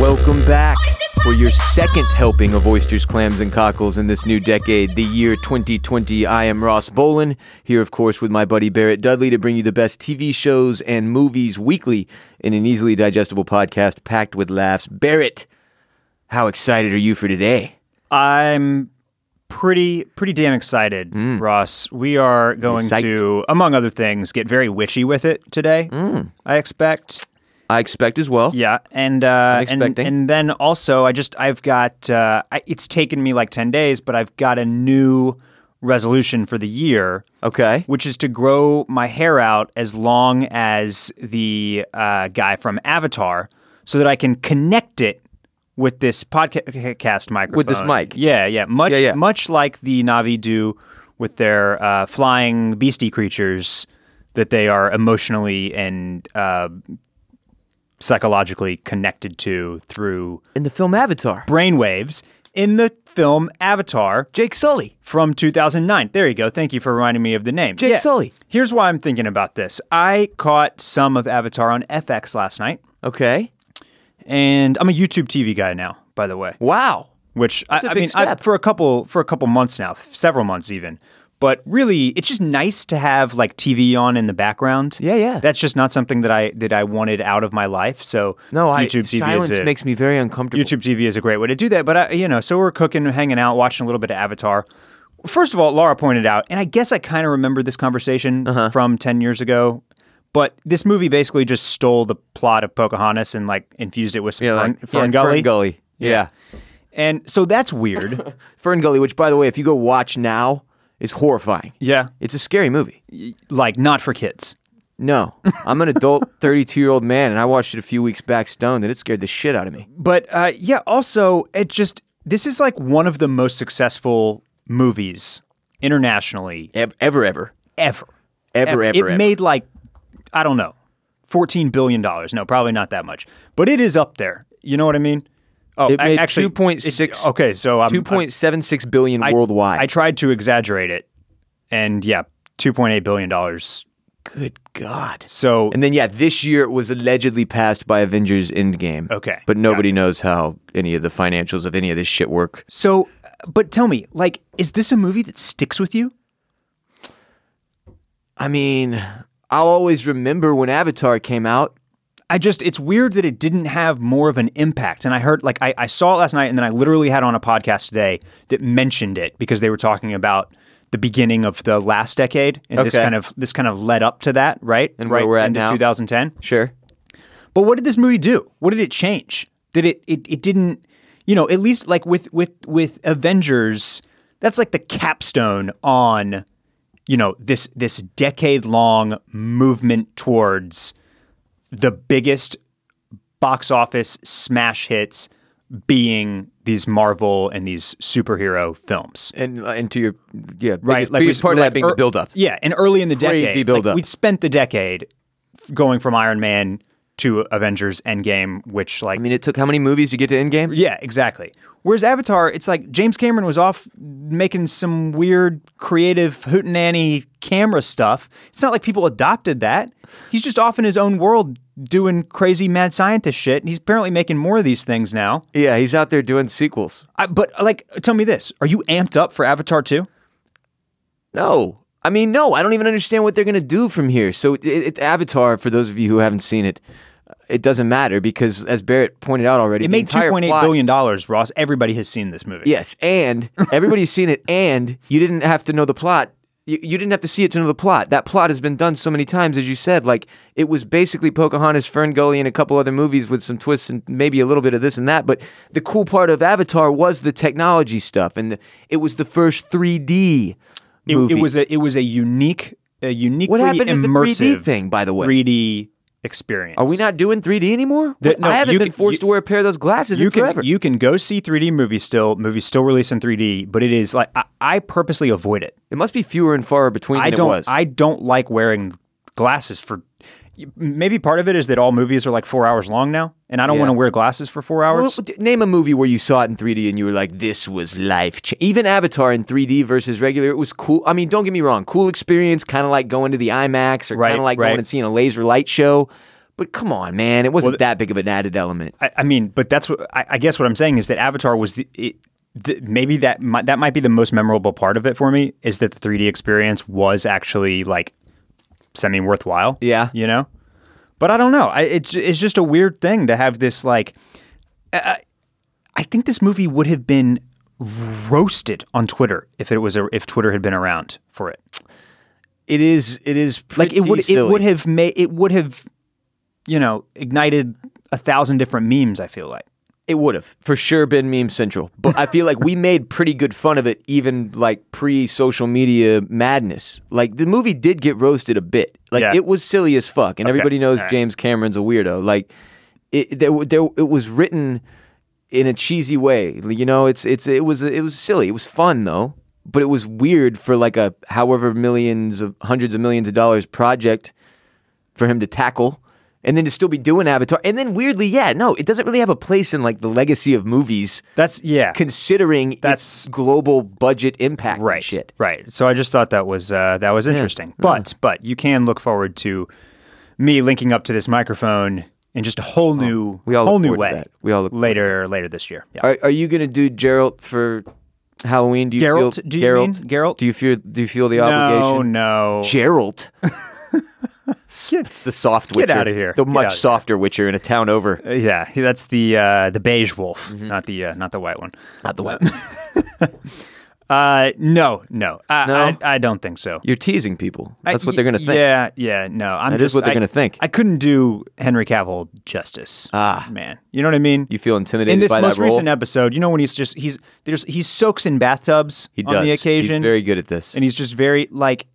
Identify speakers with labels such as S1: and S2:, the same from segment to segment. S1: Welcome back for your second helping of oysters, clams, and cockles in this new decade, the year 2020. I am Ross Bolin, here, of course, with my buddy Barrett Dudley to bring you the best TV shows and movies weekly in an easily digestible podcast packed with laughs. Barrett, how excited are you for today?
S2: I'm pretty pretty damn excited, Ross. We are going
S1: Psyched.
S2: to, among other things, get very witchy with it today. I expect.
S1: I expect as well.
S2: Yeah, and uh, and
S1: expecting.
S2: and then also, I just I've got uh, I, it's taken me like ten days, but I've got a new resolution for the year,
S1: Okay.
S2: which is to grow my hair out as long as the uh, guy from Avatar, so that I can connect it with this podcast microphone.
S1: With this mic.
S2: Yeah, yeah, much
S1: Yeah, yeah.
S2: much like the Navi do with their uh, flying beastie creatures that they are emotionally and uh, psychologically connected to through
S1: In the film Avatar,
S2: brainwaves in the film Avatar
S1: Jake Sully.
S2: from 2009. There you go. Thank you for reminding me of the name.
S1: Jake Sully.
S2: Here's why I'm thinking about this. I caught some of Avatar on FX last night,
S1: Okay.
S2: and I'm a YouTube TV guy now, by the way
S1: Wow.
S2: which I,
S1: a big
S2: I mean, I,
S1: step.
S2: for a couple for a couple months now, several months even. But really, it's just nice to have like TV on in the background.
S1: Yeah, yeah.
S2: That's just not something that I that I wanted out of my life. So
S1: No, I
S2: YouTube TV
S1: silence
S2: is a,
S1: makes me very uncomfortable.
S2: YouTube TV is a great way to do that. But I, you know, so we're cooking, hanging out, watching a little bit of Avatar. First of all, Laura pointed out, and I guess I kind of remember this conversation
S1: Uh-huh.
S2: from ten years ago. But this movie basically just stole the plot of Pocahontas and like infused it with some
S1: Yeah, like-
S2: Fern,
S1: yeah,
S2: Fern Gully.
S1: Ferngully. yeah.
S2: And so that's weird.
S1: Fern Gully, which, by the way, if you go watch now, is horrifying.
S2: yeah.
S1: It's a scary movie.
S2: like not for kids.
S1: No, I'm an adult 32 year old man, and I watched it a few weeks back stoned, and it scared the shit out of me.
S2: But uh, yeah, also it just this is like one of the most successful movies internationally
S1: Ever, ever, ever,
S2: ever.
S1: ever, ever.
S2: It
S1: ever.
S2: made like I don't know, fourteen billion dollars. No, probably not that much, but it is up there. You know what I mean? Oh,
S1: It
S2: a-
S1: made
S2: actually,
S1: 2.6
S2: it- Okay, so I'm,
S1: 2.76 billion
S2: I-
S1: worldwide.
S2: I tried to exaggerate it, and yeah, two point eight billion dollars.
S1: Good God.
S2: So
S1: And then, yeah, this year it was allegedly passed by Avengers Endgame.
S2: Okay,
S1: But nobody knows how any of the financials of any of this shit work.
S2: so, but tell me, like, is this a movie that sticks with you?
S1: I mean, I'll always remember when Avatar came out.
S2: I just it's weird that it didn't have more of an impact. And I heard like I, I saw it last night and then I literally had on a podcast today that mentioned it because they were talking about the beginning of the last decade and this
S1: Okay.
S2: kind of this kind of led up to that, right?
S1: And
S2: right
S1: where we're at
S2: into
S1: now.
S2: 2010.
S1: Sure.
S2: But what did this movie do? What did it change? Did it it, it didn't you know, at least like with with with Avengers, that's like the capstone on you know, this this decade long movement towards the biggest box office smash hits being these Marvel and these superhero films.
S1: And, uh, and to your, yeah,
S2: Right,
S1: biggest, biggest
S2: we-
S1: part of
S2: like
S1: that being
S2: ear-
S1: the build up.
S2: Yeah, and early in the
S1: Crazy
S2: decade,
S1: buildup.
S2: we spent the decade f- going from Iron Man to Avengers Endgame, which like
S1: I mean, it took how many movies to get to Endgame?
S2: yeah, exactly. Whereas Avatar, it's like James Cameron was off making some weird, creative hootenanny camera stuff. It's not like people adopted that. He's just off in his own world doing crazy mad scientist shit, and he's apparently making more of these things now.
S1: Yeah, he's out there doing sequels.
S2: I, but like, tell me this: Are you amped up for Avatar two?
S1: No. I mean, no, I don't even understand what they're going to do from here. So, it, it, Avatar, for those of you who haven't seen it, it doesn't matter because, as Barrett pointed out already,
S2: It
S1: the
S2: made two
S1: entire
S2: point eight
S1: plot-
S2: billion dollars, Ross. Everybody has seen this movie.
S1: Yes, and everybody's seen it, and you didn't have to know the plot. You, you didn't have to see it to know the plot. That plot has been done so many times, as you said. Like, it was basically Pocahontas, Fern Gully, and a couple other movies with some twists and maybe a little bit of this and that. But the cool part of Avatar was the technology stuff, and the, it was the first 3D
S2: it,
S1: movie.
S2: it was a it was a unique, a uniquely
S1: What happened to the 3D
S2: immersive
S1: thing, by the way?
S2: Three D experience.
S1: Are we not doing 3D anymore?
S2: The- no,
S1: I haven't
S2: you
S1: been
S2: can-
S1: forced
S2: you-
S1: to wear a pair of those glasses
S2: you
S1: in
S2: can
S1: forever.
S2: you can go see 3D movies still. Movies still release in 3D, but it is like I, I purposely avoid it.
S1: it must be fewer and far between
S2: I
S1: than
S2: don't
S1: it was.
S2: I don't like wearing glasses for. Maybe part of it is that all movies are like four hours long now, and I don't
S1: Yeah.
S2: want to wear glasses for four
S1: Well,
S2: hours.
S1: d- name a movie where you saw it in 3D and you were like, "This was life changing." Even Avatar in 3D versus regular, it was cool. I mean, don't get me wrong, cool experience, kind of like going to the IMAX or
S2: Right,
S1: kind of like
S2: right.
S1: going and seeing a laser light show. But come on, man, it wasn't
S2: Well,
S1: that big of an added element.
S2: I, I mean, but that's what I, I guess what I'm saying is that Avatar was the. It, the, maybe that might, that might be the most memorable part of it for me is that the 3D experience was actually like semi worthwhile.
S1: Yeah.
S2: you know, but I don't know. I, it's it's just a weird thing to have this like. I, I think this movie would have been roasted on Twitter if it was a, if Twitter had been around for it.
S1: It is. It is
S2: Like
S1: pretty
S2: it would
S1: silly.
S2: it would have made it would have, you know, ignited a thousand different memes. I feel like.
S1: It would have for sure been meme central, but I feel like we made pretty good fun of it, even like pre-social media madness. Like the movie did get roasted a bit. Like
S2: Yeah.
S1: it was silly as fuck, and everybody knows
S2: All right.
S1: James Cameron's a weirdo. Like it, there, there, it was written in a cheesy way. You know, it's it's it was it was silly. It was fun though, but it was weird for like a however millions of hundreds of millions of dollars project for him to tackle and then to still be doing Avatar. And then weirdly, yeah, no, it doesn't really have a place in like the legacy of movies
S2: That's yeah.
S1: considering
S2: That's-
S1: its global budget impact and
S2: right
S1: shit.
S2: right so i just thought that was uh, that was interesting but but you can look forward to me linking up to this microphone in just a whole new
S1: we all look
S2: whole new
S1: forward to
S2: way
S1: that. We all look forward
S2: later later this year yeah
S1: Are, are you going to do Geralt for Halloween? Do you feel
S2: Geralt, do you
S1: Geralt?
S2: mean? Geralt?
S1: Do you feel do you feel the
S2: no
S1: obligation?
S2: no
S1: Geralt. it's the soft Witcher.
S2: outta here.
S1: The
S2: Get
S1: much
S2: outta here.
S1: softer Witcher in a town over.
S2: Uh, yeah that's the uh, the beige wolf
S1: Mm-hmm.
S2: not the uh, not the white one
S1: Not the white.
S2: uh no no i,
S1: No?
S2: I, I don't think so
S1: You're teasing people.
S2: I-
S1: That's what they're going to think.
S2: Yeah, yeah, no. I'm
S1: That is
S2: just,
S1: what they're
S2: I-
S1: gonna think.
S2: I couldn't do Henry Cavill justice.
S1: Ah.
S2: man, you know what I mean.
S1: You feel intimidated
S2: in this
S1: by
S2: most
S1: that role?
S2: recent episode, you know when he's just he's there's he soaks in bathtubs
S1: he does.
S2: on the
S1: He's
S2: occasion,
S1: very good at this.
S2: and he's just very like.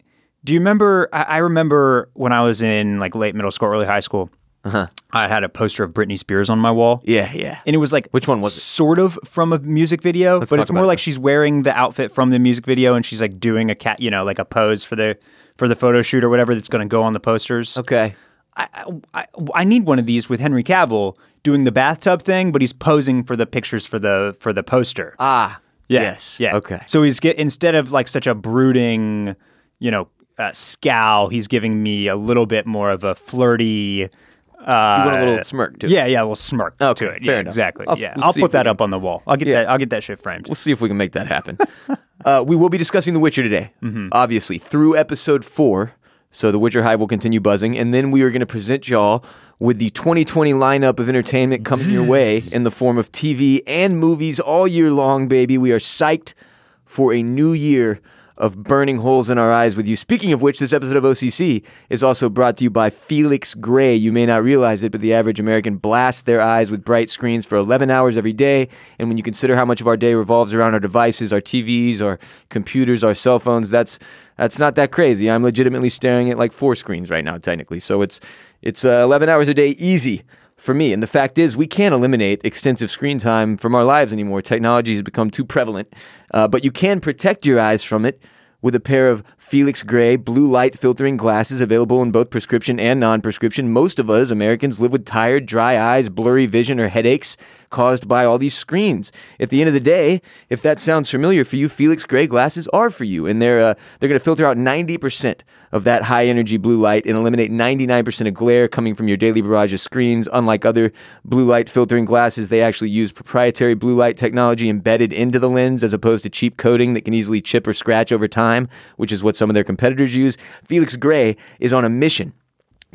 S2: Do you remember? I, I remember when I was in like late middle school, early high school. Uh-huh. I had a poster of Britney Spears on my wall.
S1: yeah, yeah.
S2: And it was like
S1: Which one was it?
S2: Sort of from a music video, but
S1: talk
S2: it's more
S1: about it.
S2: like she's wearing the outfit from the music video, and she's like doing a cat, you know, like a pose for the for the photo shoot or whatever that's going to go on the posters.
S1: Okay.
S2: I, I, I need one of these with Henry Cavill doing the bathtub thing, but he's posing for the pictures for the for the poster.
S1: Ah.
S2: Yeah,
S1: Yes.
S2: Yeah.
S1: Okay.
S2: So he's get instead of like such a brooding, you know, uh, scowl, he's giving me a little bit more of a flirty. Uh,
S1: you want a little smirk too.
S2: yeah, yeah, a little smirk
S1: Okay,
S2: to
S1: fair
S2: it. yeah,
S1: enough.
S2: exactly.
S1: I'll-
S2: yeah,
S1: we'll
S2: I'll
S1: see if
S2: put
S1: we
S2: that
S1: can-
S2: up on the wall. I'll get
S1: Yeah.
S2: that. I'll get that shit framed.
S1: We'll see if we can make that happen. uh, we will be discussing The Witcher today, obviously, through episode four. So The Witcher Hive will continue buzzing. And then we are going to present y'all with the 2020 lineup of entertainment coming your way in the form of TV and movies all year long, baby. We are psyched for a new year of burning holes in our eyes with you. Speaking of which, this episode of OCC is also brought to you by Felix Gray. You may not realize it, but the average American blasts their eyes with bright screens for 11 hours every day. And when you consider how much of our day revolves around our devices, our TVs, our computers, our cell phones, that's that's not that crazy. I'm legitimately staring at like four screens right now, technically. So it's it's uh, 11 hours a day, easy for me. And the fact is, we can't eliminate extensive screen time from our lives anymore. Technology has become too prevalent, uh, but you can protect your eyes from it with a pair of Felix Gray blue light filtering glasses available in both prescription and non prescription. Most of us Americans live with tired, dry eyes, blurry vision, or headaches caused by all these screens. At the end of the day, if that sounds familiar for you, Felix Gray glasses are for you, and they're uh, they're going to filter out 90% of that high energy blue light and eliminate 99% of glare coming from your daily barrage of screens. Unlike other blue light filtering glasses, they actually use proprietary blue light technology embedded into the lens as opposed to cheap coating that can easily chip or scratch over time, which is what some of their competitors use. Felix Gray is on a mission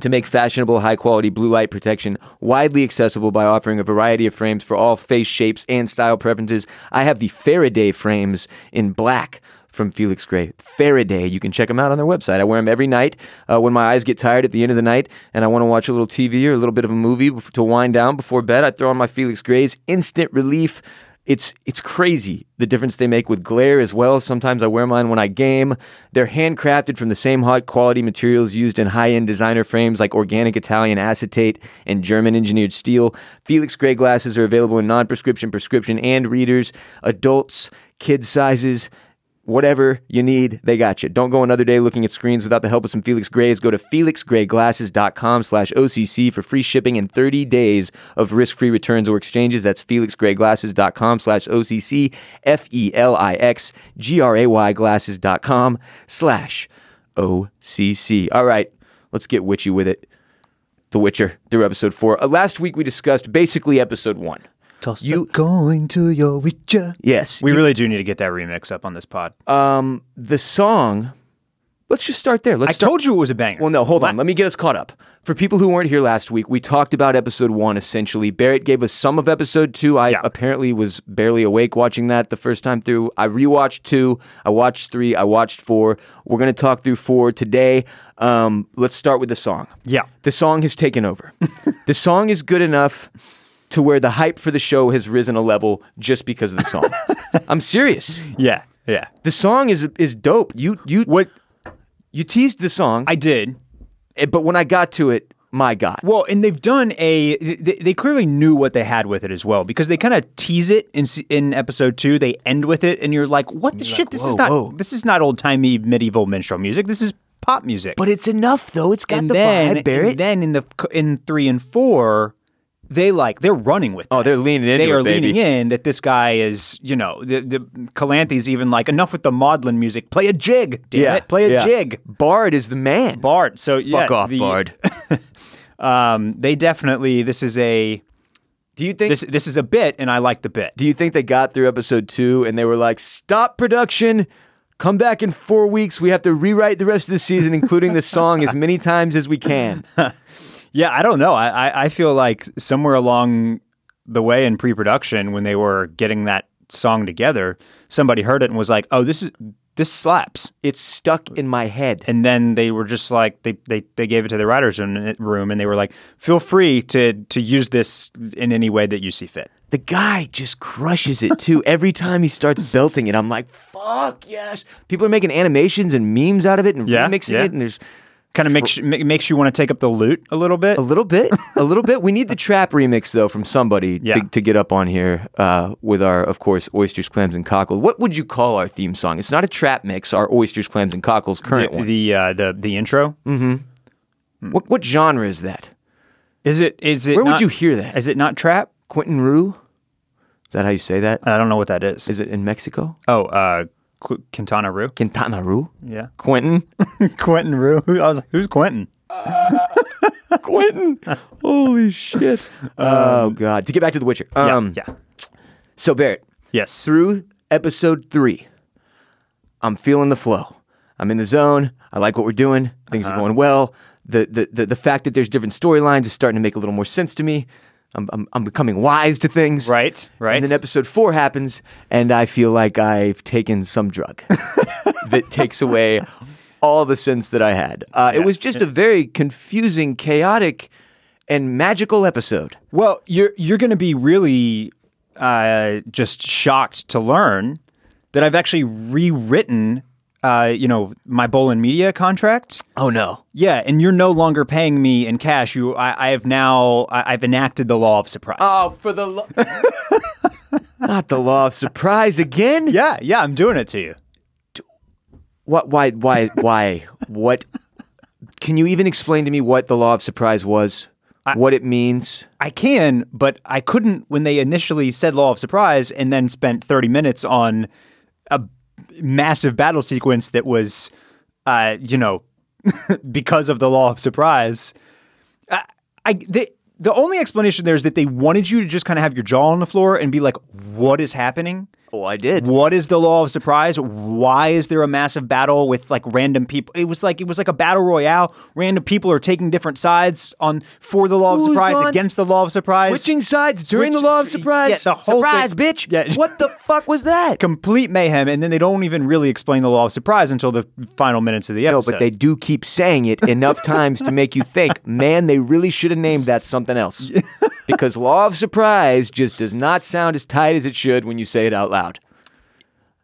S1: to make fashionable, high quality blue light protection widely accessible by offering a variety of frames for all face shapes and style preferences. I have the Faraday frames in black. From Felix Gray. Faraday. You can check them out on their website. I wear them every night uh, when my eyes get tired at the end of the night and I want to watch a little TV or a little bit of a movie bef- to wind down before bed. I throw on my Felix Gray's instant relief it's it's crazy the difference they make with glare as well. Sometimes I wear mine when I game. They're handcrafted from the same high quality materials used in high end designer frames like organic Italian acetate and German engineered steel. Felix Gray glasses are available in non prescription, prescription, and readers, adults, kid sizes. Whatever you need, they got you. Don't go another day looking at screens without the help of some Felix Grays. Go to felixgrayglasses.com slash OCC for free shipping and 30 days of risk-free returns or exchanges. That's felixgrayglasses.com slash OCC, E F-E-L-I-X-G-R-A-Y glasses.com slash OCC. All right, let's get witchy with it. The Witcher through episode four. Uh, last week we discussed basically episode one.
S2: Tulsa
S1: You-
S2: going to your witcher.
S1: Yes.
S2: We really do need to get that remix up on this pod.
S1: um, the song. Let's just start there. Let's
S2: I
S1: start.
S2: told you it was a banger.
S1: Well, no, hold on. Let me get us caught up. For people who weren't here last week, we talked about episode one essentially. Barrett gave us some of episode two. I
S2: Yeah.
S1: apparently was barely awake watching that the first time through. I rewatched two, I watched three, I watched four. We're going to talk through four today. Um, let's start with the song.
S2: Yeah.
S1: The song has taken over. the song is good enough to where the hype for the show has risen a level just because of the song. I'm serious.
S2: Yeah, yeah.
S1: The song is is dope. You you
S2: What
S1: you teased the song.
S2: I did.
S1: Eh, but when I got to it, my God.
S2: Well, and they've done a. They, they clearly knew what they had with it as well because they kind of tease it in se- in episode two. They end with it, and you're like, "What the shit? this
S1: whoa,
S2: is not.
S1: whoa."
S2: This is not old timey medieval minstrel music. This is pop music."
S1: But it's enough though. It's got
S2: and
S1: the
S2: then,
S1: vibe, Barrett.
S2: and then in the in three and four, they like they're running with.
S1: oh,
S2: that.
S1: they're leaning into
S2: they
S1: it,
S2: are
S1: baby.
S2: leaning in that this guy is, you know, the, the Calanthes even like enough with the maudlin music. Play a jig, damn
S1: Yeah,
S2: it, play a
S1: yeah.
S2: jig.
S1: Bard is the man.
S2: Bard. So yeah,
S1: Fuck off,
S2: the-
S1: Bard.
S2: Um, they definitely this is a
S1: Do you think?
S2: this this is a bit, and I like the bit.
S1: do you think they got through episode two and they were like, "Stop production, come back in four weeks. We have to rewrite the rest of the season, including the song, as many times as we can."
S2: Yeah, I don't know. I, I I feel like somewhere along the way in pre-production when they were getting that song together, somebody heard it and was like, "Oh, this is this slaps."
S1: It's stuck in my head.
S2: And then they were just like they they, they gave it to the writers in room and they were like, "Feel free to to use this in any way that you see fit."
S1: The guy just crushes it too. Every time he starts belting it, I'm like, "Fuck yes!" People are making animations and memes out of it and
S2: Yeah,
S1: remixing
S2: yeah.
S1: it, and there's
S2: Kind of makes you- ma- makes you want to take up the loot a little bit.
S1: A little bit, a little bit. We need the trap remix though from somebody
S2: Yeah.
S1: to, to get up on here uh, with our, of course, oysters, clams, and cockles. What would you call our theme song? It's not a trap mix. Our oysters, clams, and cockles current
S2: The
S1: one.
S2: the, uh, the the intro
S1: Mm. What what genre is that?
S2: is it is it
S1: Where would
S2: mm-hmm. not-
S1: you hear that?
S2: Is it not trap?
S1: Quentin Rue? Is that how you say that?
S2: I don't know what that is.
S1: Is it in Mexico?
S2: Oh, uh, Qu- Quintana Roo.
S1: Quintana Roo?
S2: Yeah,
S1: Quentin?
S2: Quentin Roo. Who- I was like, who's Quentin?
S1: Quentin? Holy shit! oh god. To get back to The Witcher. Um,
S2: Um, yeah.
S1: So Barrett,
S2: Yes.
S1: through episode three, I'm feeling the flow. I'm in the zone. I like what we're doing. Things are going well. The, the the the fact that there's different storylines is starting to make a little more sense to me. I'm I'm, I'm becoming wise to things.
S2: Right. Right.
S1: And then episode four happens, and I feel like I've taken some drug that takes away all the sense that I had. Uh, It was just a very confusing, chaotic, and magical episode.
S2: well, you're you're going to be really uh, just shocked to learn that I've actually rewritten, uh, you know, my Bolin Media contract.
S1: Oh no!
S2: Yeah, and you're no longer paying me in cash. You, I, I have now, I, I've enacted the law of surprise.
S1: Oh, for the lo- not the law of surprise again.
S2: Yeah, yeah, I'm doing it to you.
S1: What? Why? Why? Why? what? Can you even explain to me what the law of surprise was? what it means?
S2: I can, but I couldn't when they initially said Law of Surprise and then spent 30 minutes on a massive battle sequence that was, uh, you know, because of the Law of Surprise. I, I the, the only explanation there is that they wanted you to just kind of have your jaw on the floor and be like, what is happening?
S1: Oh, I did.
S2: What is the law of surprise? Why is there a massive battle with like random people? It was like it was like a battle royale. Random people are taking different sides on for the law
S1: Who's
S2: of surprise,
S1: on-
S2: against the law of surprise.
S1: Switching sides during
S2: Switch-
S1: the law of
S2: yeah,
S1: surprise.
S2: the whole
S1: surprise,
S2: thing-
S1: bitch!
S2: Yeah.
S1: What the fuck was that?
S2: Complete mayhem, and then they don't even really explain the law of surprise until the final minutes of the
S1: No,
S2: episode.
S1: but they do keep saying it enough times to make you think, man, they really should have named that something else. because law of surprise just does not sound as tight as it should when you say it out loud.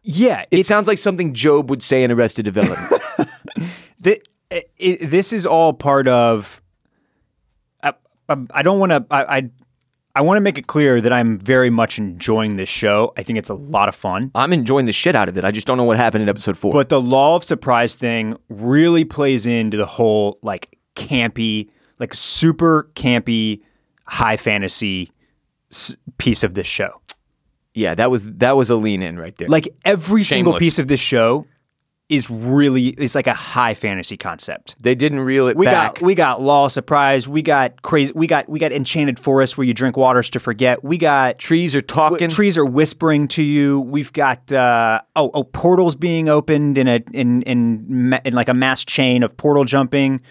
S2: yeah,
S1: It
S2: it's
S1: sounds like something Job would say in Arrested Development.
S2: thi- it, it, this is all part of. I, I, I don't want to. I. I I want to make it clear that I'm very much enjoying this show. I think it's a lot of fun.
S1: I'm enjoying the shit out of it. I just don't know what happened in episode four.
S2: But the law of surprise thing really plays into the whole like campy, like super campy, high fantasy s- piece of this show.
S1: yeah, that was that was a lean in right there.
S2: Like every single
S1: Shameless.
S2: piece of this show is really it's like a high fantasy concept.
S1: They didn't reel it
S2: We
S1: back.
S2: got we got Law of Surprise, we got crazy we got we got Enchanted Forest where you drink waters to forget. We got
S1: Trees are talking.
S2: trees are whispering to you. We've got uh, oh oh portals being opened in a in in, ma- in like a mass chain of portal jumping.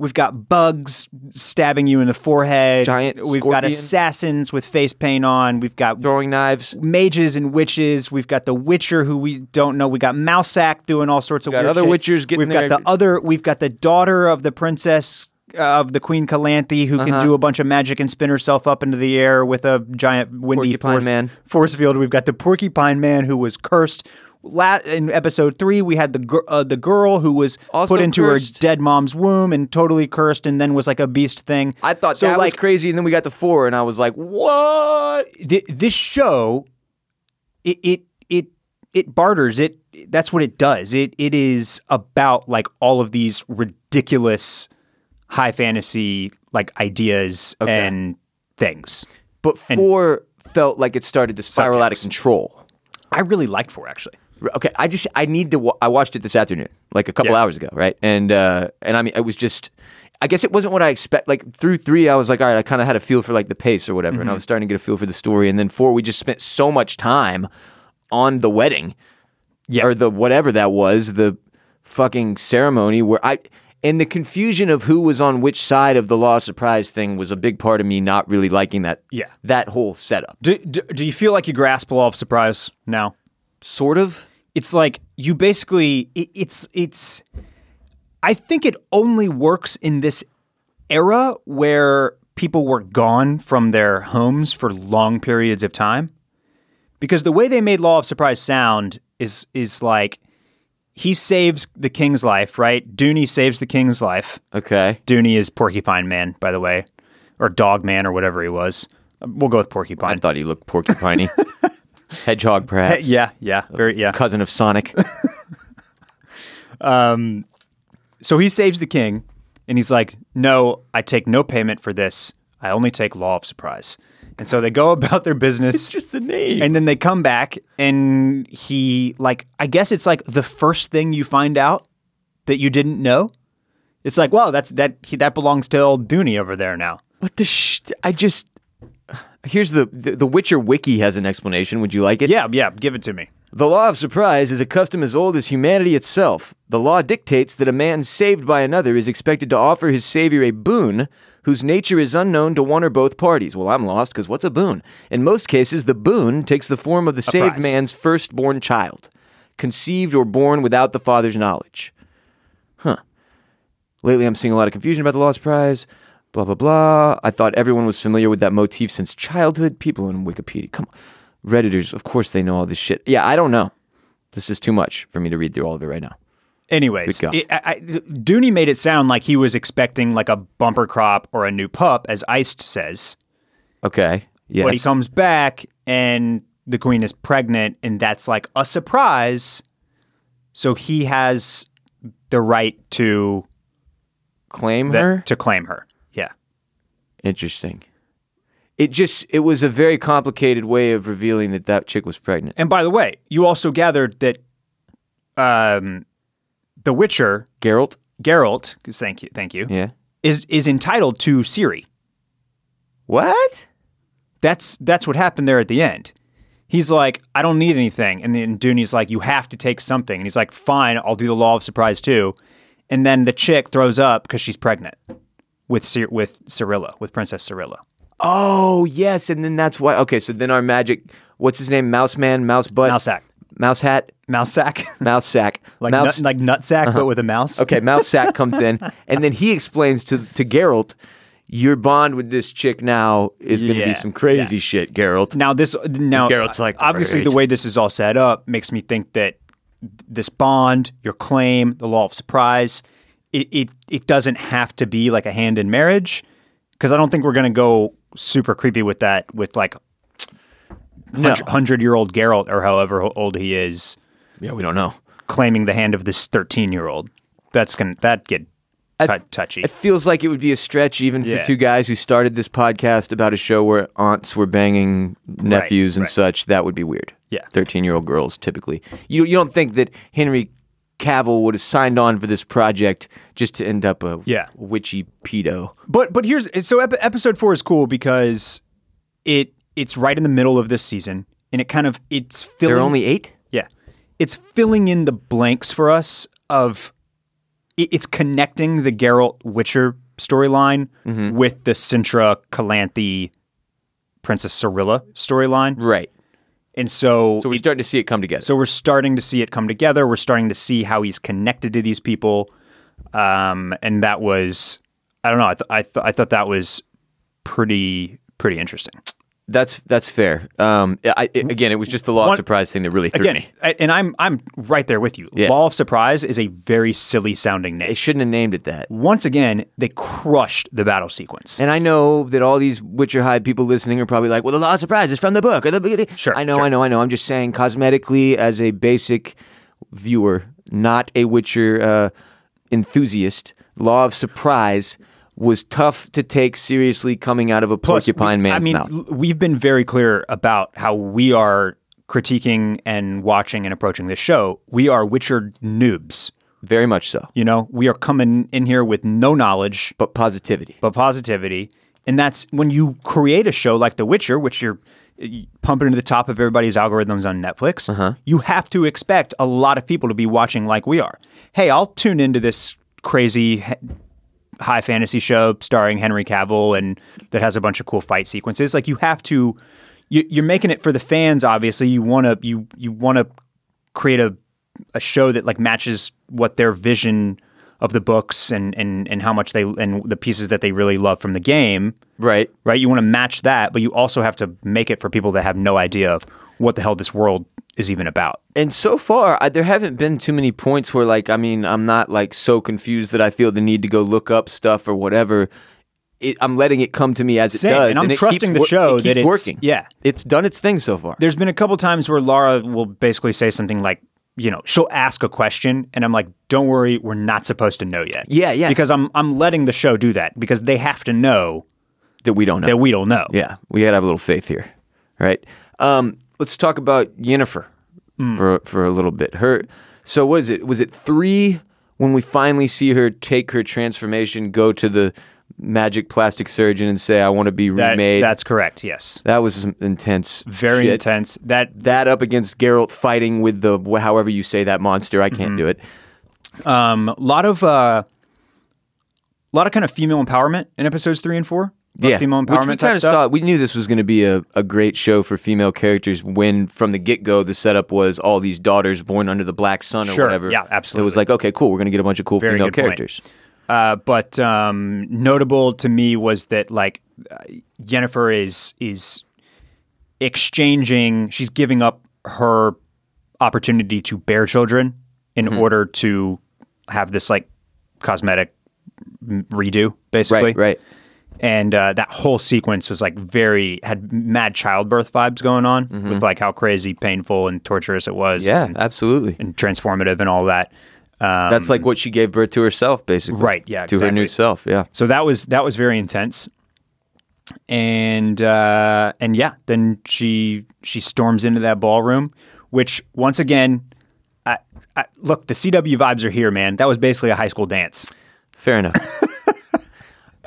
S2: We've got bugs stabbing you in the forehead.
S1: Giant
S2: We've got
S1: scorpion.
S2: assassins with face paint on. We've got
S1: throwing knives.
S2: mages and witches. We've got the Witcher, who we don't know. We got Mousak doing all sorts of
S1: got
S2: weird
S1: other
S2: shit.
S1: witchers getting
S2: We've
S1: their-
S2: got the other. We've got the daughter of the princess uh, of the Queen Calanthe, who
S1: Uh-huh.
S2: can do a bunch of magic and spin herself up into the air with a giant windy
S1: Porcupine
S2: force,
S1: man.
S2: force field. We've got the Porcupine Man, who was cursed. La- in episode three, we had the gir- uh, the girl who was
S1: Also
S2: put into
S1: cursed.
S2: her dead mom's womb and totally cursed, and then was like a beast thing.
S1: I thought
S2: so.
S1: that
S2: like
S1: was crazy, and then we got to four, and I was like, "What?"
S2: th- this show it it it it barters it that's what it does it it is about like all of these ridiculous high fantasy like ideas and things
S1: But four felt like it started to spiral out of
S2: Subjects.
S1: control.
S2: i really liked four actually
S1: R- Okay, I just I need to. Wa- I watched it this afternoon, like a couple
S2: Yeah.
S1: hours ago, right? And uh, and I mean, it was just. I guess it wasn't what I expect. Like through three, I was like, all right, I kind of had a feel for like the pace or whatever,
S2: Mm-hmm.
S1: and I was starting to get a feel for the story. And then four, we just spent so much time on the wedding,
S2: Yeah.
S1: or the whatever that was, the fucking ceremony where I and the confusion of who was on which side of the law of surprise thing was a big part of me not really liking that.
S2: Yeah.
S1: that whole setup,
S2: do, do, do you feel like you grasp law of surprise now
S1: sort of.
S2: it's like you basically it, it's it's i think it only works in this era where people were gone from their homes for long periods of time because the way they made law of surprise sound is is like he saves the king's life right dooney saves the king's life
S1: Okay,
S2: dooney is porcupine man by the way or dog man or whatever he was we'll go with
S1: I
S2: porcupine
S1: thought he looked porcupiney, hedgehog perhaps.
S2: yeah yeah very yeah
S1: cousin of Sonic.
S2: So he saves the king, and he's like, "No, I take no payment for this. I only take law of surprise." And so they go about their business,
S1: the name.
S2: and then they come back, and he like, I guess it's like the first thing you find out that you didn't know. It's like, wow, that's that he, that belongs to old Dooney over there now.
S1: what the sh? I just here's the, the the Witcher wiki has an explanation. Would you like it?
S2: Yeah, yeah, give it to me.
S1: The law of surprise is a custom as old as humanity itself. The law dictates that a man saved by another is expected to offer his savior a boon whose nature is unknown to one or both parties. Well, I'm lost because what's a boon? In most cases, the boon takes the form of the saved
S2: prize.
S1: man's firstborn child, conceived or born without the father's knowledge. Lately, I'm seeing a lot of confusion about the Lost Prize. Blah blah blah. I thought everyone was familiar with that motif since childhood. People on Wikipedia, come on, redditors, of course they know all this shit. Yeah, I don't know. This is too much for me to read through all of it right now.
S2: Anyways,
S1: Good God.
S2: it, I, I, Dooney made it sound like he was expecting like a bumper crop or a new pup, as Iced says.
S1: Okay. Yes.
S2: But he comes back and the queen is pregnant, and that's like a surprise. So he has the right to
S1: Claim
S2: that-
S1: her.
S2: to claim her. Yeah.
S1: Interesting. It just it was a very complicated way of revealing that that chick was pregnant.
S2: And by the way, you also gathered that um, the Witcher
S1: Geralt.
S2: Geralt, thank you, thank you,
S1: Yeah.
S2: is is entitled to Siri.
S1: What?
S2: That's that's what happened there at the end. He's like, I don't need anything, and then Dooney's like, you have to take something, and he's like, fine, I'll do the law of surprise too, and then the chick throws up because she's pregnant with Cyr- with Cirilla, with Princess Cirilla.
S1: Oh yes, and then that's why. Okay, so then our magic. What's his name? Mouse man. Mouse butt.
S2: Mousak,
S1: Mouse hat.
S2: mousesack,
S1: Mouse sack.
S2: like
S1: mouse. Uh-huh.
S2: nut, like nutsack, but with a mouse.
S1: Okay, Mouse Sack comes in, and then he explains to to Geralt, "Your bond with this chick now is going to
S2: Yeah,
S1: be some crazy shit, Geralt."
S2: Now this now
S1: Geralt's like,
S2: obviously
S1: "Great."
S2: the way this is all set up makes me think that this bond, your claim, the law of surprise, it it, it doesn't have to be like a hand in marriage because I don't think we're gonna go super creepy with that with like
S1: No,
S2: hundred year old Geralt or however old he is
S1: yeah, we don't know.
S2: claiming the hand of this thirteen year old. That's gonna that get tou- touchy.
S1: It feels like it would be a stretch, even for
S2: Yeah.
S1: two guys who started this podcast about a show where aunts were banging nephews and
S2: right.
S1: such. That would be weird.
S2: Yeah.
S1: thirteen year old girls typically. You you don't think that Henry Cavill would have signed on for this project just to end up a
S2: Yeah.
S1: witchy pedo.
S2: But but here's so ep- episode four is cool because it it's right in the middle of this season and it kind of it's filling
S1: There are only eight.
S2: yeah it's filling in the blanks for us of it, it's connecting the Geralt Witcher storyline with the Sintra Calanthe Princess Cyrilla storyline
S1: Right.
S2: and so
S1: So we're starting to see it come together.
S2: so we're starting to see it come together. We're starting to see how he's connected to these people. Um, and that was, I don't know. I, th- I, th- I thought that was pretty, pretty interesting.
S1: that's that's fair. Um, I, I- again, it was just the law of
S2: One-
S1: surprise thing that really threw
S2: Again,
S1: me.
S2: I, and I'm, I'm right there with you.
S1: Yeah.
S2: Law of Surprise is a very silly sounding
S1: They
S2: name.
S1: shouldn't have named it that.
S2: Once again, they crushed the battle sequence.
S1: And I know that all these Witcher Hyde people listening are probably like, "Well, the law of surprise is from the book." or the-
S2: Sure,
S1: I know,
S2: sure.
S1: I know, I know. I'm just saying, cosmetically, as a basic viewer, not a Witcher uh, enthusiast, law of surprise was tough to take seriously coming out of a porcupine
S2: we-
S1: man's
S2: I mean,
S1: mouth.
S2: l- we've been very clear about how we are critiquing and watching and approaching this show. We are Witcher noobs.
S1: Very much so,
S2: You know, we are coming in here with no knowledge
S1: but positivity.
S2: but positivity, and that's when you create a show like The Witcher, which you're uh, pumping into the top of everybody's algorithms on Netflix. You have to expect a lot of people to be watching like we are. Hey, I'll tune into this crazy he- high fantasy show starring Henry Cavill and that has a bunch of cool fight sequences. Like you have to, you, you're making it for the fans. Obviously, you want to you you want to create a a show that like matches what their vision of the books and and and how much they and the pieces that they really love from the game.
S1: Right.
S2: Right, you want to match that, but you also have to make it for people that have no idea of what the hell this world is even about.
S1: And so far, I, there haven't been too many points where, like, I mean, I'm not like so confused that I feel the need to go look up stuff or whatever. It, I'm letting it come to me as
S2: Same,
S1: it does,
S2: and I'm
S1: it
S2: trusting
S1: keeps
S2: the
S1: wor-
S2: show
S1: it
S2: that
S1: keeps
S2: it's-
S1: working.
S2: yeah.
S1: it's done its thing so far.
S2: there's been a couple times where Laura will basically say something like, you know, she'll ask a question and I'm like, don't worry, we're not supposed to know yet.
S1: Yeah, yeah.
S2: Because I'm I'm letting the show do that because they have to know
S1: that we don't know.
S2: that we don't know.
S1: yeah, we gotta have a little faith here, right? Um, let's talk about Yennefer
S2: Mm.
S1: for for a little bit. Her, so was it was it three when we finally see her take her transformation, go to the magic plastic surgeon and say, "I want to be
S2: That-
S1: remade."
S2: That's correct, yes.
S1: that was some intense.
S2: Very
S1: shit.
S2: intense. That
S1: that up against Geralt fighting with the wh- however you say that monster. I
S2: Mm-hmm.
S1: can't do it.
S2: um lot of uh lot of kind of female empowerment in episodes three and four. A lot of
S1: Yeah,
S2: Female empowerment
S1: which we
S2: type
S1: kind of
S2: stuff.
S1: saw. We knew this was going to be a, a great show for female characters. When from the get go, the setup was all these daughters born under the black sun or
S2: Sure,
S1: whatever.
S2: yeah,
S1: It
S2: absolutely.
S1: was like okay, cool. We're going to get a bunch of cool
S2: Very
S1: female
S2: good point.
S1: characters.
S2: Uh, but um, notable to me was that like uh, Yennefer is is exchanging. She's giving up her opportunity to bear children in
S1: Mm-hmm.
S2: order to have this like cosmetic m- redo, basically.
S1: Right, right.
S2: And uh, that whole sequence was like very had mad childbirth vibes going on with like how crazy, painful, and torturous it was.
S1: Mm-hmm. Yeah,
S2: and,
S1: absolutely.
S2: and transformative and all that.
S1: That's like what she gave birth to herself, basically.
S2: Um, Right, yeah,
S1: to her new self. Yeah.
S2: So that was that was very intense. And uh, and yeah, then she she storms into that ballroom, which once again, I, I, look, the CW vibes are here, man. That was basically a high school dance.
S1: Fair enough.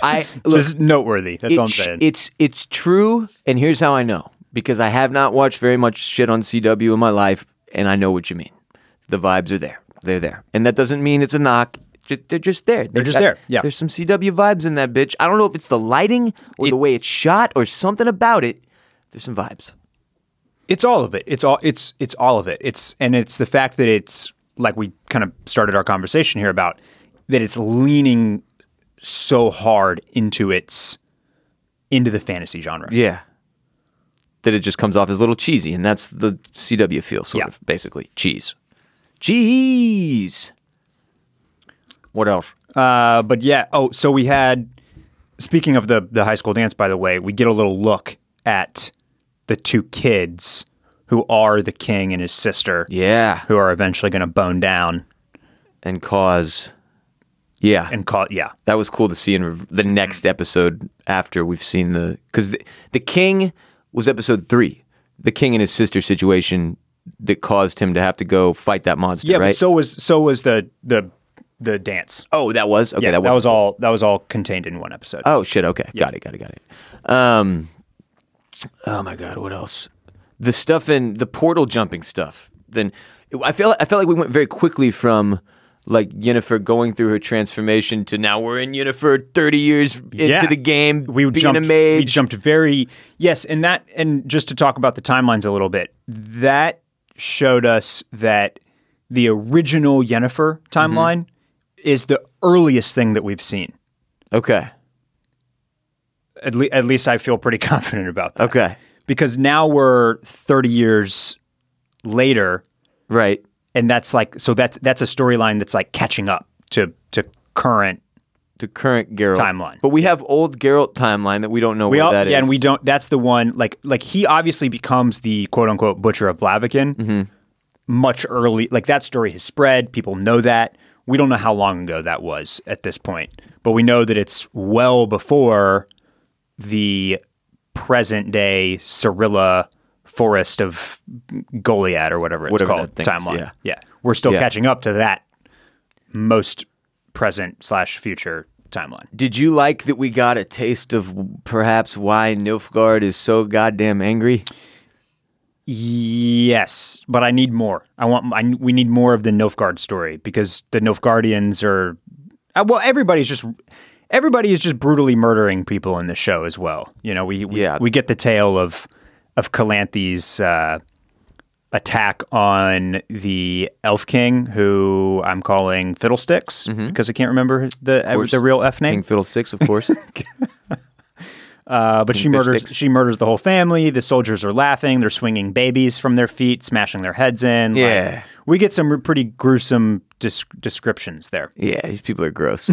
S1: I look,
S2: Just noteworthy. That's all I'm
S1: It's-
S2: saying.
S1: It's it's true, and here's how I know because I have not watched very much shit on CW in my life, and I know what you mean. The vibes are there; they're there, and that doesn't mean it's a knock. Ju- They're just there. They're
S2: just there, yeah.
S1: there's some CW vibes in that bitch. I don't know if it's the lighting or the way it's shot or something about it. There's some vibes.
S2: It's all of it. It's all it's it's all of it. It's and it's the fact that it's like we kind of started our conversation here about that it's leaning so hard into its into the fantasy genre.
S1: Yeah, that it just comes off as a little cheesy, and that's the CW feel, sort
S2: Yeah.
S1: of basically cheese, cheese. What else?
S2: Uh, but yeah, oh, so we had speaking of the the high school dance by the way, we get a little look at the two kids who are the king and his sister
S1: Yeah.
S2: who are eventually going to bone down
S1: and cause yeah
S2: and Mm-hmm. call yeah.
S1: that was cool to see in rev- the next episode after we've seen the because the, the king was episode three the king and his sister situation that caused him to have to go fight that monster,
S2: Yeah,
S1: right?
S2: but so was so was the the the dance.
S1: oh, that was okay.
S2: Yeah,
S1: that was
S2: that was all that was all contained in one episode.
S1: Oh shit! Okay, got it, got it, got it. Um, oh my god, what else? The stuff in the portal jumping stuff. Then I feel I felt like we went very quickly from like Yennefer going through her transformation to now we're in Yennefer thirty years into
S2: Yeah.
S1: the game,
S2: we
S1: being
S2: jumped,
S1: a mage.
S2: We jumped very yes, and that and just to talk about the timelines a little bit, that showed us that the original Yennefer timeline
S1: Mm-hmm.
S2: is the earliest thing that we've seen.
S1: okay,
S2: At, le- at least I feel pretty confident about that.
S1: okay,
S2: Because now we're 30 years later
S1: right.
S2: and that's like so that's that's a storyline that's like catching up to to current
S1: The current Geralt
S2: Timeline.
S1: but we have old Geralt timeline that we don't know
S2: We
S1: where
S2: all,
S1: that is.
S2: yeah, and we don't. That's the one. Like, like he obviously becomes the quote unquote butcher of Blaviken
S1: Mm-hmm.
S2: much early. Like that story has spread. People know that. We don't know how long ago that was at this point, but we know that it's well before the present day Cyrilla forest of Goliad or whatever it's
S1: Whatever
S2: called
S1: that thing's,
S2: timeline.
S1: yeah.
S2: we're still
S1: Yeah.
S2: catching up to that most present slash future timeline.
S1: Did you like that we got a taste of perhaps why Nilfgaard is so goddamn angry?
S2: Yes, but I need more. I want. I, we need more of the Nilfgaard story because the Nilfgaardians are. Uh, well, everybody's just. Everybody is just brutally murdering people in the show as well. You know, we we,
S1: Yeah.
S2: we get the tale of of Calanthes, uh attack on the Elf King, who I'm calling Fiddlesticks because I can't remember the the real F name.
S1: King Fiddlesticks, of course.
S2: Uh, but she murders
S1: Sticks.
S2: she murders the whole family. The soldiers are laughing. They're swinging babies from their feet, smashing their heads in. Like,
S1: Yeah.
S2: we get some pretty gruesome dis- descriptions there.
S1: Yeah, these people are gross.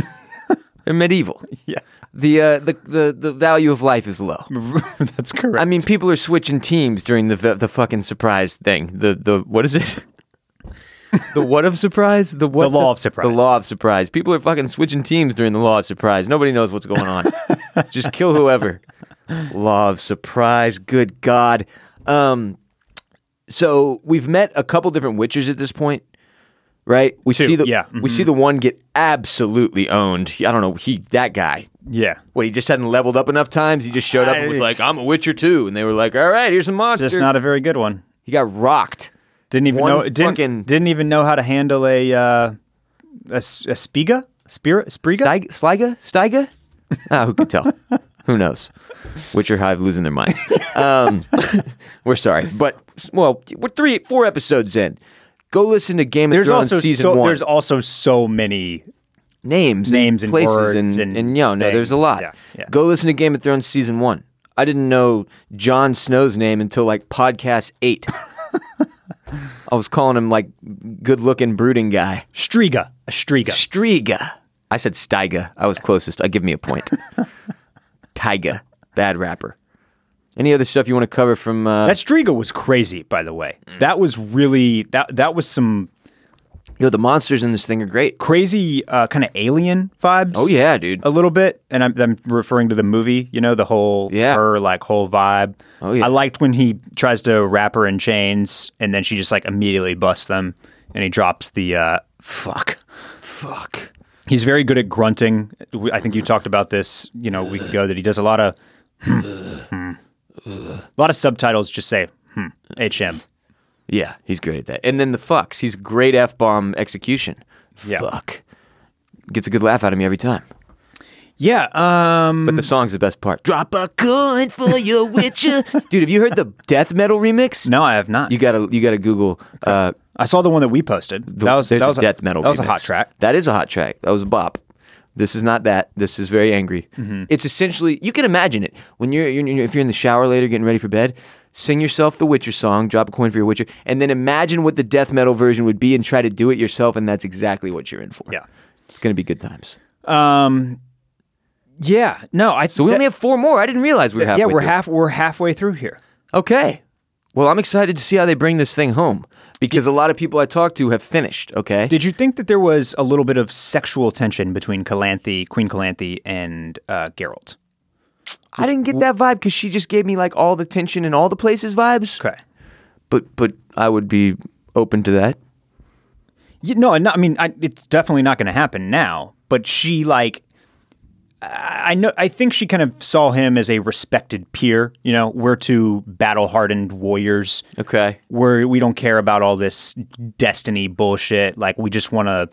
S1: They're medieval.
S2: Yeah,
S1: The, uh, the the the value of life is low.
S2: that's correct.
S1: I mean, people are switching teams during the ve- the fucking surprise thing. The the what is it? the what of surprise? The what?
S2: The law of surprise.
S1: The law of surprise. People are fucking switching teams during the law of surprise. Nobody knows what's going on. Just kill whoever. Law of surprise. Good God. Um. So we've met a couple different witches at this point, right? We see the
S2: yeah. Mm-hmm.
S1: we see the one get absolutely owned. He- I don't know. He that guy.
S2: yeah,
S1: What he just hadn't leveled up enough times. He just showed up and was
S2: I-
S1: like, "I'm a Witcher too," and they were like, "All right, here's a monster."
S2: just not a very good one.
S1: he got rocked.
S2: Didn't even
S1: One
S2: know didn't
S1: fucking-
S2: didn't even know how to handle a uh, a, s- a spiga spirit spiga.
S1: Stig- Sliga? Stiga? Ah, who could tell? who knows? Witcher Hive losing their minds. Um, we're sorry, but well, we're three, four episodes in. Go listen to Game
S2: there's
S1: of Thrones
S2: also
S1: season
S2: so,
S1: one.
S2: there's also so many.
S1: names,
S2: names and
S1: places,
S2: words
S1: and,
S2: and
S1: you know, no, there's a
S2: things.
S1: lot.
S2: Yeah, yeah.
S1: Go listen to Game of Thrones season one. I didn't know Jon Snow's name until like podcast eight. I was calling him like good-looking brooding guy.
S2: Striga, a striga.
S1: Striga. I said Stiga. I was closest. I give me a point. Tyga, bad rapper. Any other stuff you want to cover from? Uh,
S2: That striga was crazy, by the way.
S1: Mm.
S2: That was really that that was some
S1: you know, the monsters in this thing are great.
S2: crazy uh, kind of alien vibes.
S1: Oh yeah, dude.
S2: a little bit, and I'm, I'm referring to the movie. You know, the whole
S1: Yeah.
S2: her like whole vibe.
S1: Oh, yeah.
S2: I liked when he tries to wrap her in chains, and then she just like immediately busts them, and he drops the uh, fuck.
S1: Fuck.
S2: He's very good at grunting. We- I think you talked about this, you know, a week ago that he does a lot of hmm, hmm. a lot of subtitles just say hmm, HM.
S1: Yeah, he's great at that. And then the fucks. He's great f bomb execution.
S2: Yeah.
S1: Fuck. Gets a good laugh out of me every time.
S2: Yeah, um
S1: But the song's the best part. Drop a coin for your witcher, dude. Have you heard the death metal remix?
S2: no, I have not.
S1: You gotta you gotta Google. Uh,
S2: I saw the one that we posted. that was
S1: there's
S2: that was
S1: a death metal.
S2: That was a
S1: remix.
S2: hot track.
S1: That is a hot track. That was a bop. This is not that. This is very angry.
S2: Mm-hmm.
S1: It's essentially you can imagine it when you're, you're you're- if you're in the shower later getting ready for bed. Sing yourself the Witcher song, drop a coin for your Witcher, and then imagine what the death metal version would be, and try to do it yourself, and that's exactly what you're in for.
S2: Yeah.
S1: it's gonna be good times.
S2: Um, yeah, no, I.
S1: So we only have four more. I didn't realize we were halfway.
S2: yeah, we're
S1: through.
S2: half we're halfway through here.
S1: Okay. Well, I'm excited to see how they bring this thing home because a lot of people I talked to have finished. Okay.
S2: Did you think that there was a little bit of sexual tension between Calanthe, Queen Calanthe, and uh, Geralt?
S1: I didn't get that vibe because she just gave me like all the tension and all the places vibes.
S2: Okay,
S1: but but I would be open to that.
S2: You, no, and not- I mean, I, it's definitely not going to happen now. But she like, I I know. I think she kind of saw him as a respected peer. You know, we're two battle hardened warriors.
S1: Okay.
S2: We're we don't care about all this destiny bullshit. Like we just want to.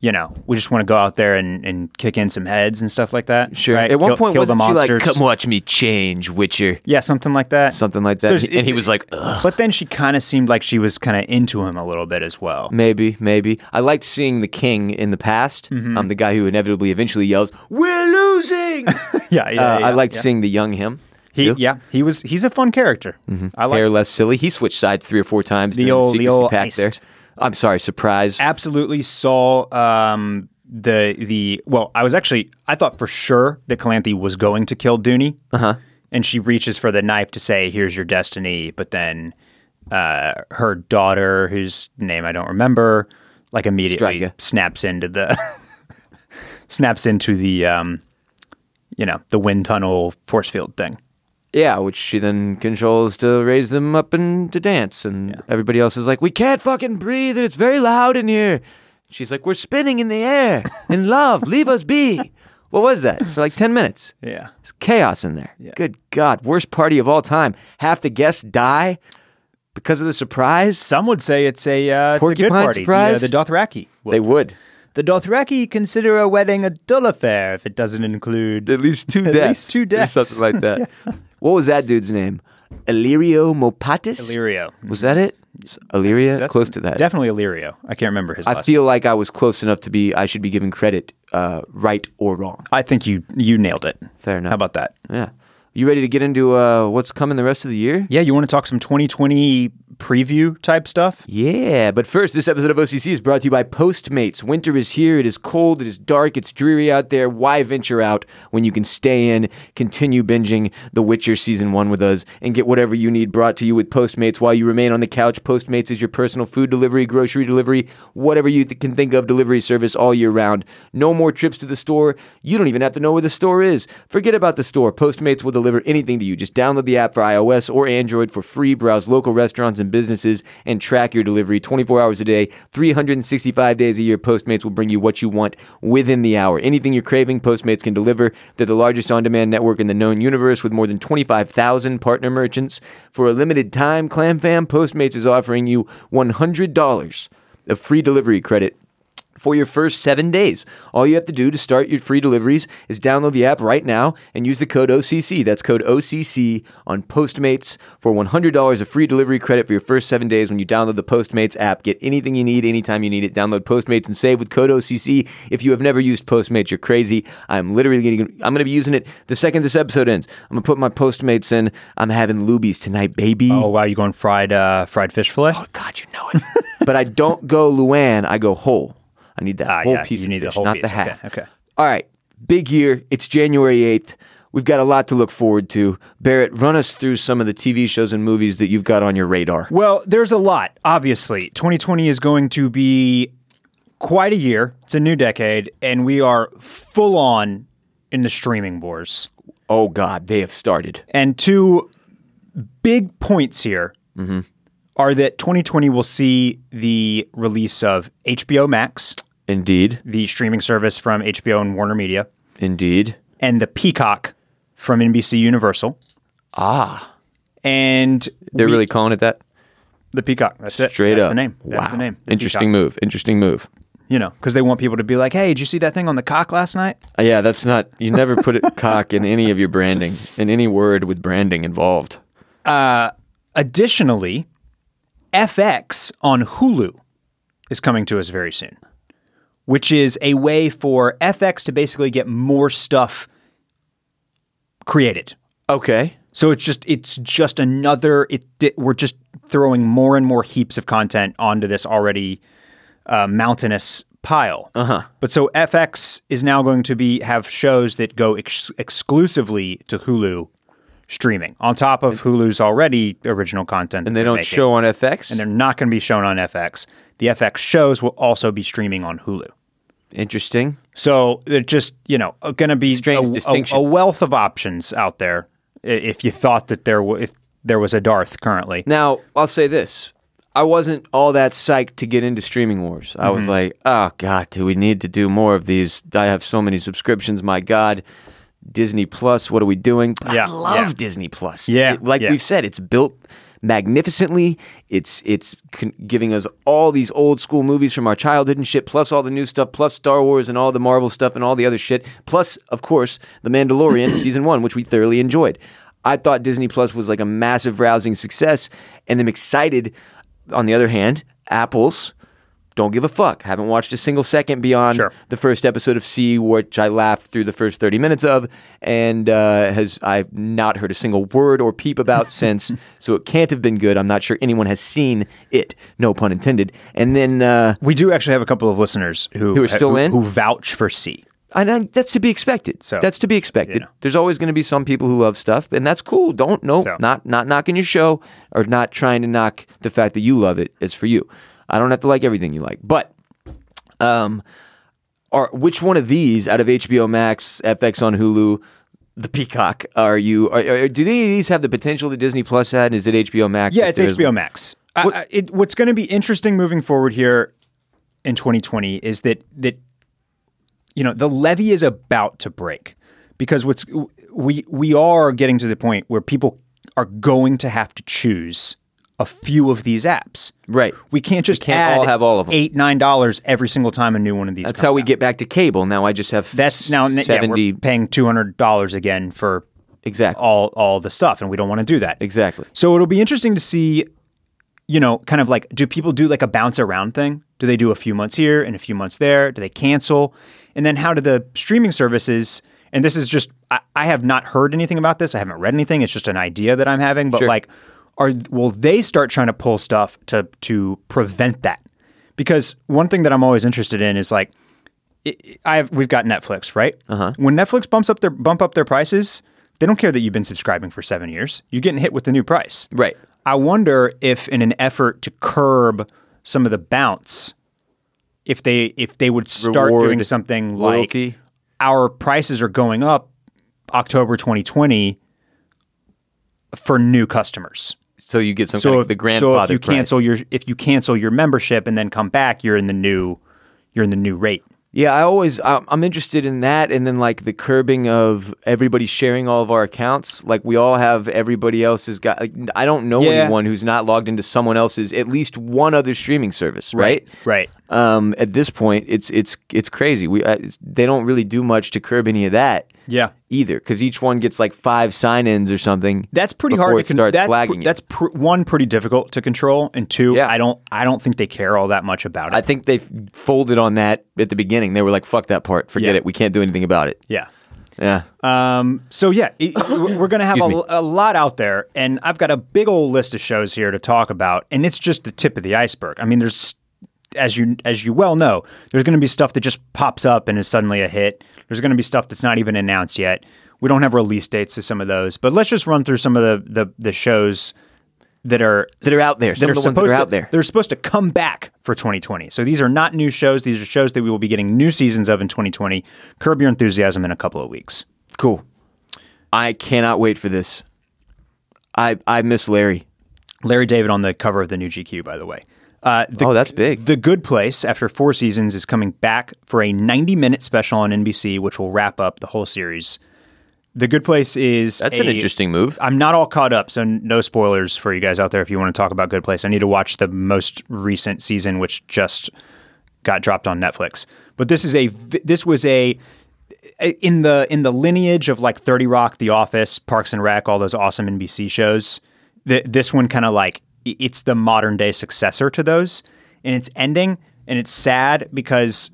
S2: You know, we just want to go out there and, and kick in some heads and stuff like that.
S1: Sure.
S2: right?
S1: At one
S2: Kill-
S1: point,
S2: kill
S1: wasn't
S2: the
S1: she like,
S2: monsters.
S1: "Come watch me change, Witcher,"
S2: Yeah, something like that.
S1: something like
S2: So
S1: that?
S2: she-
S1: and he was like, Ugh.
S2: But then she kind of seemed like she was kind of into him a little bit as well.
S1: Maybe, maybe. I liked seeing the king in the past.
S2: Mm-hmm.
S1: Um, the guy who inevitably eventually yells, "We're losing." uh,
S2: Yeah, yeah. yeah
S1: I liked
S2: yeah.
S1: seeing the young him.
S2: He,
S1: You?
S2: yeah, he was. He's a fun character. I like
S1: hair less silly. He switched sides three or four times. during The
S2: old- the
S1: secrecy
S2: old
S1: pact there.
S2: iced.
S1: I'm sorry, surprise.
S2: absolutely saw um, the the well. I was actually I thought for sure that Calanthe was going to kill Dooney, uh-huh. and she reaches for the knife to say, "Here's your destiny." But then uh, her daughter, whose name I don't remember, like immediately
S1: Striker.
S2: snaps into the snaps into the um, you know the wind tunnel force field thing.
S1: Yeah, which she then controls to raise them up and to dance. And everybody else is like, we can't fucking breathe. and It's very loud in here. She's like, we're spinning in the air in love. Leave us be. What was that? For like 10 minutes.
S2: Yeah.
S1: It's chaos in there. Good God. Worst party of all time. Half the guests die because of the surprise.
S2: Some would say it's a, uh, it's a good
S1: Porcupine
S2: party. you know,
S1: surprise?
S2: the Dothraki. will.
S1: They would.
S2: The Dothraki consider a wedding a dull affair if it doesn't include.
S1: At least two
S2: At
S1: deaths.
S2: least two
S1: Or
S2: deaths.
S1: something like that. What was that dude's name? Illyrio Mopatis?
S2: Illyrio.
S1: Was that it? S- Illyria?
S2: That's
S1: Close to that.
S2: Definitely Illyrio. I can't remember his
S1: I
S2: last.
S1: feel like I was close enough to be. I should be given credit, uh, right or wrong.
S2: I think you you nailed it.
S1: Fair enough.
S2: How about that?
S1: Yeah. You ready to get into uh, what's coming the rest of the year?
S2: Yeah, you want to talk some 2020 preview type stuff?
S1: Yeah, but first, this episode of OCC is brought to you by Postmates. Winter is here. It is cold. It is dark. It's dreary out there. Why venture out when you can stay in, continue binging The Witcher Season 1 with us, and get whatever you need brought to you with Postmates while you remain on the couch? Postmates is your personal food delivery, grocery delivery, whatever you th- can think of delivery service all year round. No more trips to the store. You don't even have to know where the store is. Forget about the store. Postmates will deliver anything to you. Just download the app for iOS or Android for free. Browse local restaurants and businesses and track your delivery 24 hours a day, 365 days a year. Postmates will bring you what you want within the hour. Anything you're craving, Postmates can deliver. They're the largest on demand network in the known universe with more than 25,000 partner merchants. For a limited time, ClamFam, Postmates is offering you $100 of free delivery credit for your first seven days. All you have to do to start your free deliveries is download the app right now and use the code OCC. That's code OCC on Postmates for $100 of free delivery credit for your first seven days when you download the Postmates app. Get anything you need anytime you need it. Download Postmates and save with code OCC. If you have never used Postmates, you're crazy. I'm literally going to, I'm going to be using it the second this episode ends. I'm going to put my Postmates in. I'm having Lubies tonight, baby.
S2: Oh wow, you going fried uh, fried fish fillet?
S1: Oh God, you know it. but I don't go Luann. I go whole. I need that
S2: Ah,
S1: whole
S2: yeah,
S1: piece.
S2: you
S1: of
S2: need the
S1: fish,
S2: whole
S1: not
S2: piece.
S1: the
S2: Okay,
S1: half.
S2: okay.
S1: All right. Big year. It's January eighth. We've got a lot to look forward to. Barrett, run us through some of the TV shows and movies that you've got on your radar.
S2: Well, there's a lot. Obviously, 2020 is going to be quite a year. It's a new decade, and we are full on in the streaming wars.
S1: Oh God, they have started.
S2: And two big points here
S1: Mm-hmm.
S2: are that 2020 will see the release of HBO Max,
S1: Indeed,
S2: the streaming service from HBO and Warner Media,
S1: indeed.
S2: and the Peacock from NBC Universal.
S1: Ah,
S2: And
S1: they're
S2: we-
S1: really calling it that.
S2: the Peacock. That's it.
S1: Straight
S2: That's
S1: up.
S2: the name. That's
S1: wow.
S2: the name. The
S1: Interesting move. Interesting move.
S2: Peacock. You know, because they want people to be like, "Hey, did you see that thing on the cock last night?"
S1: Uh, Yeah, that's not. You never put it cock in any of your branding, in any word with branding involved.
S2: Additionally, FX on Hulu is coming to us very soon, which is a way for FX to basically get more stuff created.
S1: Okay.
S2: So it's just it's just another it, it- we're just throwing more and more heaps of content onto this already uh, mountainous pile. Uh-huh. But so FX is now going to be have shows that go ex- exclusively to Hulu streaming on top of Hulu's already original content.
S1: And they don't show on FX.
S2: They're not going to be shown on FX. The FX shows will also be streaming on Hulu.
S1: Interesting.
S2: So they're just, you know, going to be
S1: Strange
S2: a, a-
S1: distinction.
S2: a wealth of options out there. I- If you thought that there were, if there was a Darth currently.
S1: Now, I'll say this. I wasn't all that psyched to get into streaming wars. I
S2: Mm-hmm.
S1: was like, oh God, do we need to do more of these? I have so many subscriptions. My God, Disney Plus, what are we doing? But
S2: Yeah,
S1: I love
S2: yeah.
S1: Disney Plus.
S2: Yeah,
S1: It- like
S2: yeah.
S1: we've said, it's built magnificently. It's it's con- giving us all these old school movies from our childhood and shit, plus all the new stuff, plus Star Wars and all the Marvel stuff and all the other shit, plus of course the Mandalorian season one, which we thoroughly enjoyed. I thought Disney Plus was like a massive rousing success, and I'm excited. On the other hand, Apple's don't give a fuck. Haven't watched a single second beyond
S2: Sure.
S1: the first episode of C, which I laughed through the first thirty minutes of, and uh, has I've not heard a single word or peep about since. So it can't have been good. I'm not sure anyone has seen it. No pun intended. And then uh,
S2: We do actually have a couple of listeners who,
S1: Who are still in?
S2: who vouch for C.
S1: and I, that's to be expected.
S2: So,
S1: that's to be expected.
S2: know.
S1: There's always going to be some people who love stuff, and that's cool. Don't no,
S2: So.
S1: not not knocking your show or not trying to knock the fact that you love it. It's for you. I don't have to like everything you like, but um, are which one of these out of HBO Max, FX on Hulu, the Peacock? Are you? Are, are, do any of these have the potential that Disney Plus had? And is it HBO Max?
S2: Yeah,
S1: if
S2: it's
S1: there's
S2: HBO Max. I- I- it, what's going to be interesting moving forward here in 2020 is that that you know the levy is about to break because what's we we are getting to the point where people are going to have to choose a few of these apps.
S1: Right.
S2: We can't just
S1: can't
S2: add
S1: all have all of 'em.
S2: eight nine dollars every single time a new one of these.
S1: That's how we get back to cable. Now I just have
S2: That's now yeah,
S1: seventy
S2: we're paying two hundred dollars again for
S1: exactly
S2: all all the stuff, and we don't want to do that.
S1: exactly.
S2: So it'll be interesting to see, you know, kind of like do people do like a bounce around thing? Do they do a few months here and a few months there? Do they cancel? And then how do the streaming services? And this is just I, I have not heard anything about this. I haven't read anything. It's just an idea that I'm having. But like, are will they start trying to pull stuff to to prevent that? Because one thing that I'm always interested in is like I have, we've got Netflix, right? Uh-huh. When Netflix bumps up their bump up their prices, they don't care that you've been subscribing for seven years. You're getting hit with the new price.
S1: Right.
S2: I wonder if, in an effort to curb some of the bounce, if they if they would start
S1: Reward,
S2: doing something
S1: loyalty.
S2: like our prices are going up October 2020 for new customers.
S1: So you get some
S2: So
S1: kind
S2: if
S1: of the
S2: so
S1: grandfather
S2: if you
S1: price.
S2: cancel your if you cancel your membership and then come back, you're in the new you're in the new rate.
S1: Yeah, I always I- I'm interested in that, and then like the curbing of everybody sharing all of our accounts. Like we all have everybody else's got. Like, I don't know
S2: Yeah.
S1: anyone who's not logged into someone else's at least one other streaming service, right?
S2: Right.
S1: Um, at this point, it's it's it's crazy. We uh, it's- they don't really do much to curb any of that.
S2: Yeah.
S1: either because each one gets like five sign-ins or something.
S2: That's pretty
S1: before
S2: hard
S1: It
S2: to con-
S1: starts
S2: that's
S1: flagging. it.
S2: That's pr- one pretty difficult to control, and two,
S1: Yeah.
S2: I don't I don't think they care all that much about it.
S1: I think they f- folded on that at the beginning. They were like, "Fuck that part, forget
S2: Yeah.
S1: it. We can't do anything about it."
S2: yeah.
S1: Yeah.
S2: Um. So yeah, it- we're gonna have
S1: Excuse
S2: a, a lot out there, and I've got a big old list of shows here to talk about, and it's just the tip of the iceberg. I mean, there's as you as you well know, there's gonna be stuff that just pops up and is suddenly a hit. There's gonna be stuff that's not even announced yet. We don't have release dates to some of those, but let's just run through some of the the, the shows that are
S1: that are out there. Some of the ones that
S2: supposed
S1: are
S2: to-
S1: out there.
S2: They're supposed to come back for 2020. So these are not new shows. These are shows that we will be getting new seasons of in 2020. Curb Your Enthusiasm in a couple of weeks.
S1: Cool. I cannot wait for this. I I miss Larry.
S2: Larry David on the cover of the new GQ, by the way. Uh, the,
S1: Oh, that's big.
S2: The Good Place, after four seasons, is coming back for a 90 minute special on NBC, which will wrap up the whole series. The Good Place is
S1: That's an
S2: a-
S1: interesting move.
S2: I'm not all caught up, so n- no spoilers for you guys out there. If you want to talk about Good Place, I need to watch the most recent season, which just got dropped on Netflix. But this is a v- this was a in the in the lineage of like Thirty Rock, The Office, Parks and Rec, all those awesome NBC shows. Th- this one kind of like i- it's the modern day successor to those, and it's ending, and it's sad because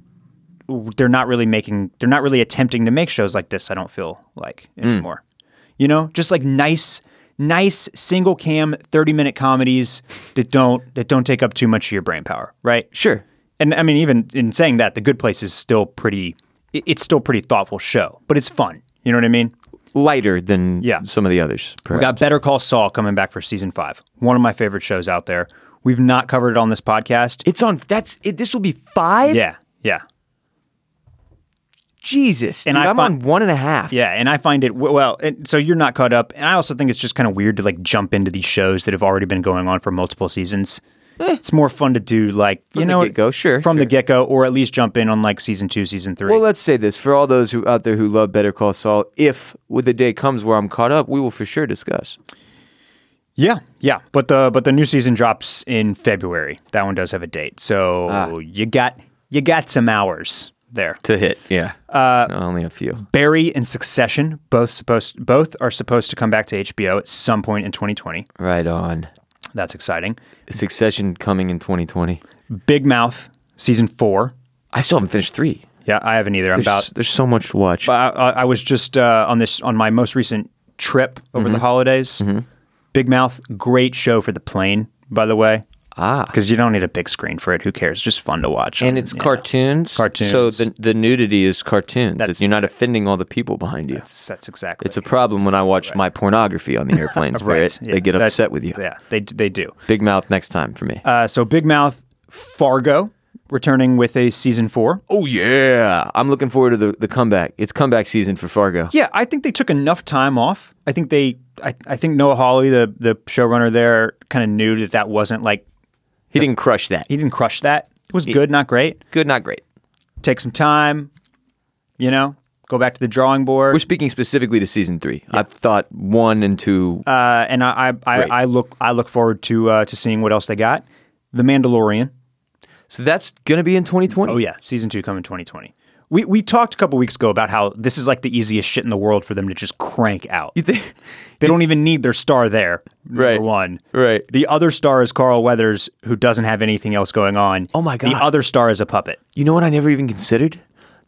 S2: they're not really making they're not really attempting to make shows like this i don't feel like anymore you know just like nice nice single cam 30 minute comedies that don't that don't take up too much of your brain power right
S1: Sure.
S2: and i mean even in saying that the good place is still pretty it- it's still a pretty thoughtful show but it's fun you know what i mean
S1: Lighter than
S2: Yeah.
S1: some of the others.
S2: we
S1: Perhaps.
S2: got better call saul coming back for season five one of my favorite shows out there we've not covered it on this podcast
S1: it's on. That's it, this will be five.
S2: yeah yeah
S1: Jesus,
S2: And
S1: dude,
S2: I
S1: I'm
S2: fin-
S1: on one and a half.
S2: Yeah, and I find it well. And so you're not caught up, and I also think it's just kind of weird to like jump into these shows that have already been going on for multiple seasons. It's more fun to do like you
S1: Eh. the
S2: know
S1: get-go, sure,
S2: from the
S1: sure.
S2: get go, or at least jump in on like season two, season three.
S1: Well, let's say this for all those who out there who love Better Call Saul. If the day comes where I'm caught up, we will for sure discuss.
S2: yeah, yeah, but the but the new season drops in February. That one does have a date, so
S1: Ah.
S2: you got you got some hours there.
S1: To hit, yeah. Uh, only a few.
S2: Barry and Succession both supposed both are supposed to come back to HBO at some point in 2020.
S1: Right on.
S2: That's exciting.
S1: Succession coming in 2020.
S2: Big Mouth season four.
S1: I still haven't finished three.
S2: Yeah, I haven't either. I'm
S1: There's,
S2: about.
S1: there's so much to watch.
S2: I, I I was just uh, on this on my most recent trip over
S1: Mm-hmm.
S2: the holidays. Big Mouth, great show for the plane, by the way,
S1: ah,
S2: because you don't need a big screen for it. Who cares? Just fun to watch.
S1: and it's
S2: yeah.
S1: cartoons.
S2: Cartoons.
S1: So the the nudity is cartoons.
S2: That's-
S1: You're not offending all the people behind you.
S2: That's, that's exactly.
S1: It's a problem when I watch my pornography on the airplane. Spirit.
S2: yeah,
S1: They get
S2: that-
S1: upset with you.
S2: Yeah, they they do.
S1: Big mouth next time for me.
S2: Uh, so Big Mouth, Fargo, returning with a season four.
S1: oh yeah, I'm looking forward to the, the comeback. It's comeback season for Fargo.
S2: Yeah, I think they took enough time off. I think they, I, I think Noah Hawley, the the showrunner there, kind of knew that that wasn't like
S1: He didn't crush that.
S2: he didn't crush that. It was good, not great.
S1: Good, not great.
S2: Take some time, you know, go back to the drawing board.
S1: We're speaking specifically to season three. I thought one and two.
S2: uh, and I, I, I,
S1: Great.
S2: I look, I look forward to uh, to seeing what else they got. The Mandalorian.
S1: so that's gonna be in 2020.
S2: Oh yeah, season two coming 2020. We we talked a couple weeks ago about how this is like the easiest shit in the world for them to just crank out.
S1: You think?
S2: They don't even need their star there. Number
S1: Right.
S2: one.
S1: Right.
S2: The other star is Carl Weathers, who doesn't have anything else going on.
S1: Oh my
S2: The
S1: God.
S2: other star is a puppet.
S1: You know what I never even considered?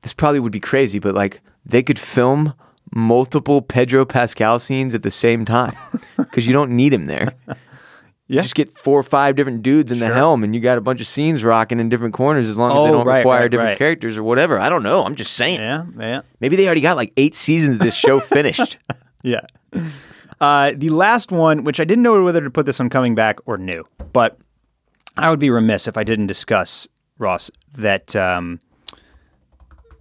S1: This probably would be crazy, but like they could film multiple Pedro Pascal scenes at the same time because you don't need him there.
S2: Yeah.
S1: Just get four or five different dudes in the helm and you got a bunch of scenes rocking in different corners as long as
S2: Oh,
S1: they don't
S2: right,
S1: require
S2: right,
S1: different
S2: right.
S1: characters or whatever. I don't know. I'm just saying.
S2: Yeah, yeah,
S1: Maybe they already got like eight seasons of this show finished.
S2: yeah. Uh, the last one, which I didn't know whether to put this on coming back or new, but I would be remiss if I didn't discuss Ross that um,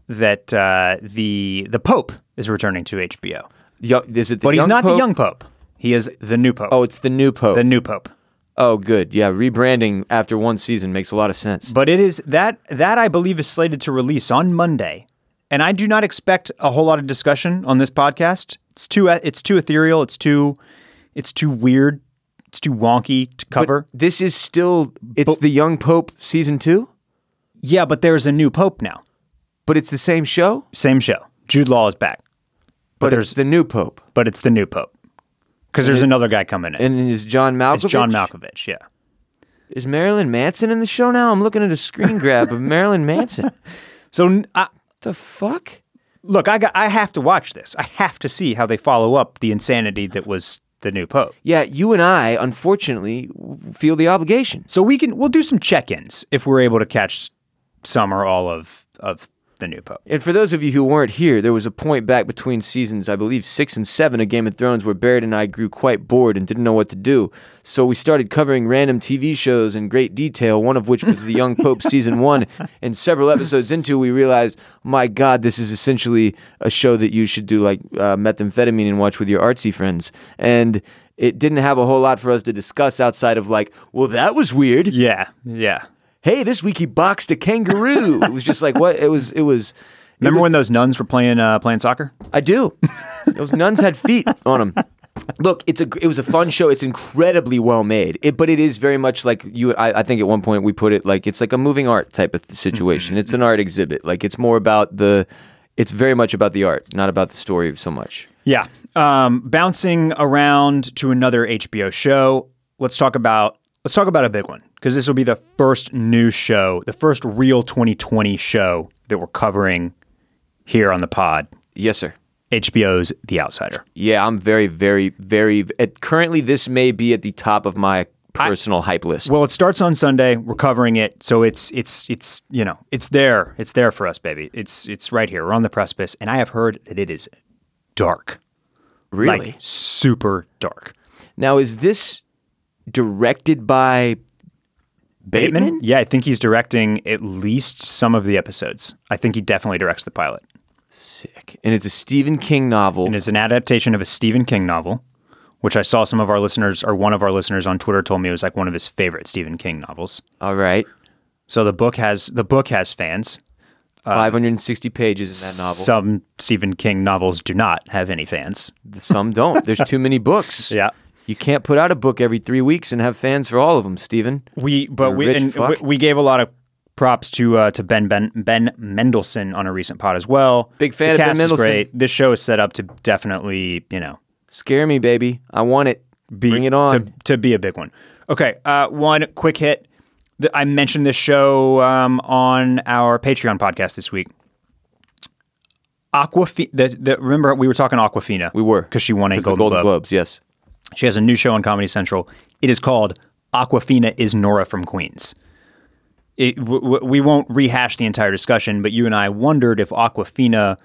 S2: that uh, the the Pope is returning to HBO,
S1: Yo- is it the
S2: but he's
S1: young
S2: not the
S1: pope?
S2: young Pope. He is the new Pope.
S1: Oh, it's the new Pope.
S2: the new Pope.
S1: oh, good. Yeah, rebranding after one season makes a lot of sense.
S2: But it is that that I believe is slated to release on Monday, and I do not expect a whole lot of discussion on this podcast. It's too it's too ethereal. It's too it's too weird. It's too wonky to cover.
S1: This is still it's the young Pope season two,
S2: yeah, but there's a new pope now.
S1: but it's the same show.
S2: Same show. Jude Law is back,
S1: But,
S2: there's-
S1: it's the new pope,
S2: but it's the new pope because there's another guy coming in.
S1: and it is John Malkovich.
S2: It's John Malkovich. Yeah.
S1: Is Marilyn Manson in the show now? I'm looking at a screen grab of Marilyn Manson.
S2: So n I
S1: The fuck?
S2: look, I got, I have to watch this. I have to see how they follow up the insanity that was the new pope.
S1: Yeah, you and I, unfortunately, w- feel the obligation.
S2: So we can we'll do some check-ins if we're able to catch some or all of of the new pope.
S1: And for those of you who weren't here, there was a point back between seasons, I believe six and seven of Game of Thrones, where Barrett and I grew quite bored and didn't know what to do. So we started covering random TV shows in great detail, one of which was The Young Pope season one. And several episodes into, we realized, my God, this is essentially a show that you should do like uh, methamphetamine and watch with your artsy friends. And it didn't have a whole lot for us to discuss outside of like, well, that was weird
S2: Yeah, yeah.
S1: hey, this week he boxed a kangaroo. it was just like what it was. It was.
S2: Remember when those nuns were playing uh, playing soccer?
S1: I do. Those nuns had feet on them. Look, it's a gr- it was a fun show. It's incredibly well made, it, but it is very much like you. I, I think at one point we put it like it's like a moving art type of situation. It's an art exhibit. Like it's more about the. It's very much about the art, not about the story so much.
S2: Yeah. Um, bouncing around to another HBO show. Let's talk about let's talk about a big one because this will be the first new show, the first real 2020 show that we're covering here on the pod.
S1: Yes, sir.
S2: HBO's The Outsider.
S1: Yeah, I'm very, very, very. At, currently, this may be at the top of my personal hype list.
S2: Well, it starts on Sunday. We're covering it, so it's it's it's you know it's there. It's there for us, baby. It's it's right here. We're on the precipice, and I have heard that it is dark,
S1: really,
S2: like super dark.
S1: Now, is this directed by Bateman?
S2: Yeah, I think he's directing at least some of the episodes. I think he definitely directs the pilot.
S1: sick. And it's a Stephen King novel.
S2: And it's an adaptation of a Stephen King novel, which I saw some of our listeners or one of our listeners on Twitter told me was like one of his favorite Stephen King novels.
S1: All right.
S2: So the book has the book has fans. Uh,
S1: 560 pages in that novel.
S2: Some Stephen King novels do not have any fans.
S1: Some don't. There's too many books.
S2: Yeah.
S1: You can't put out a book every three weeks and have fans for all of them, Stephen.
S2: We but
S1: You're a
S2: we
S1: rich
S2: and
S1: fuck.
S2: we, we gave a lot of props to uh, to Ben Ben Ben Mendelsohn on a recent pod as well.
S1: Big fan
S2: the
S1: of Ben
S2: cast is
S1: Mendelsohn.
S2: Great. This show is set up to definitely you know
S1: Scare me, baby. I want it.
S2: be,
S1: Bring it on.
S2: to, to be a big one. Okay, uh, one quick hit. The- I mentioned this show um, on our Patreon podcast this week. Aquafina. The, the, remember we were talking Aquafina.
S1: we were.
S2: because she won a
S1: Because of the
S2: Golden, Globe.
S1: Globes, yes.
S2: She has a new show on Comedy Central. It is called Aquafina is Nora from Queens. It, w- w- we won't rehash the entire discussion, but you and I wondered if Aquafina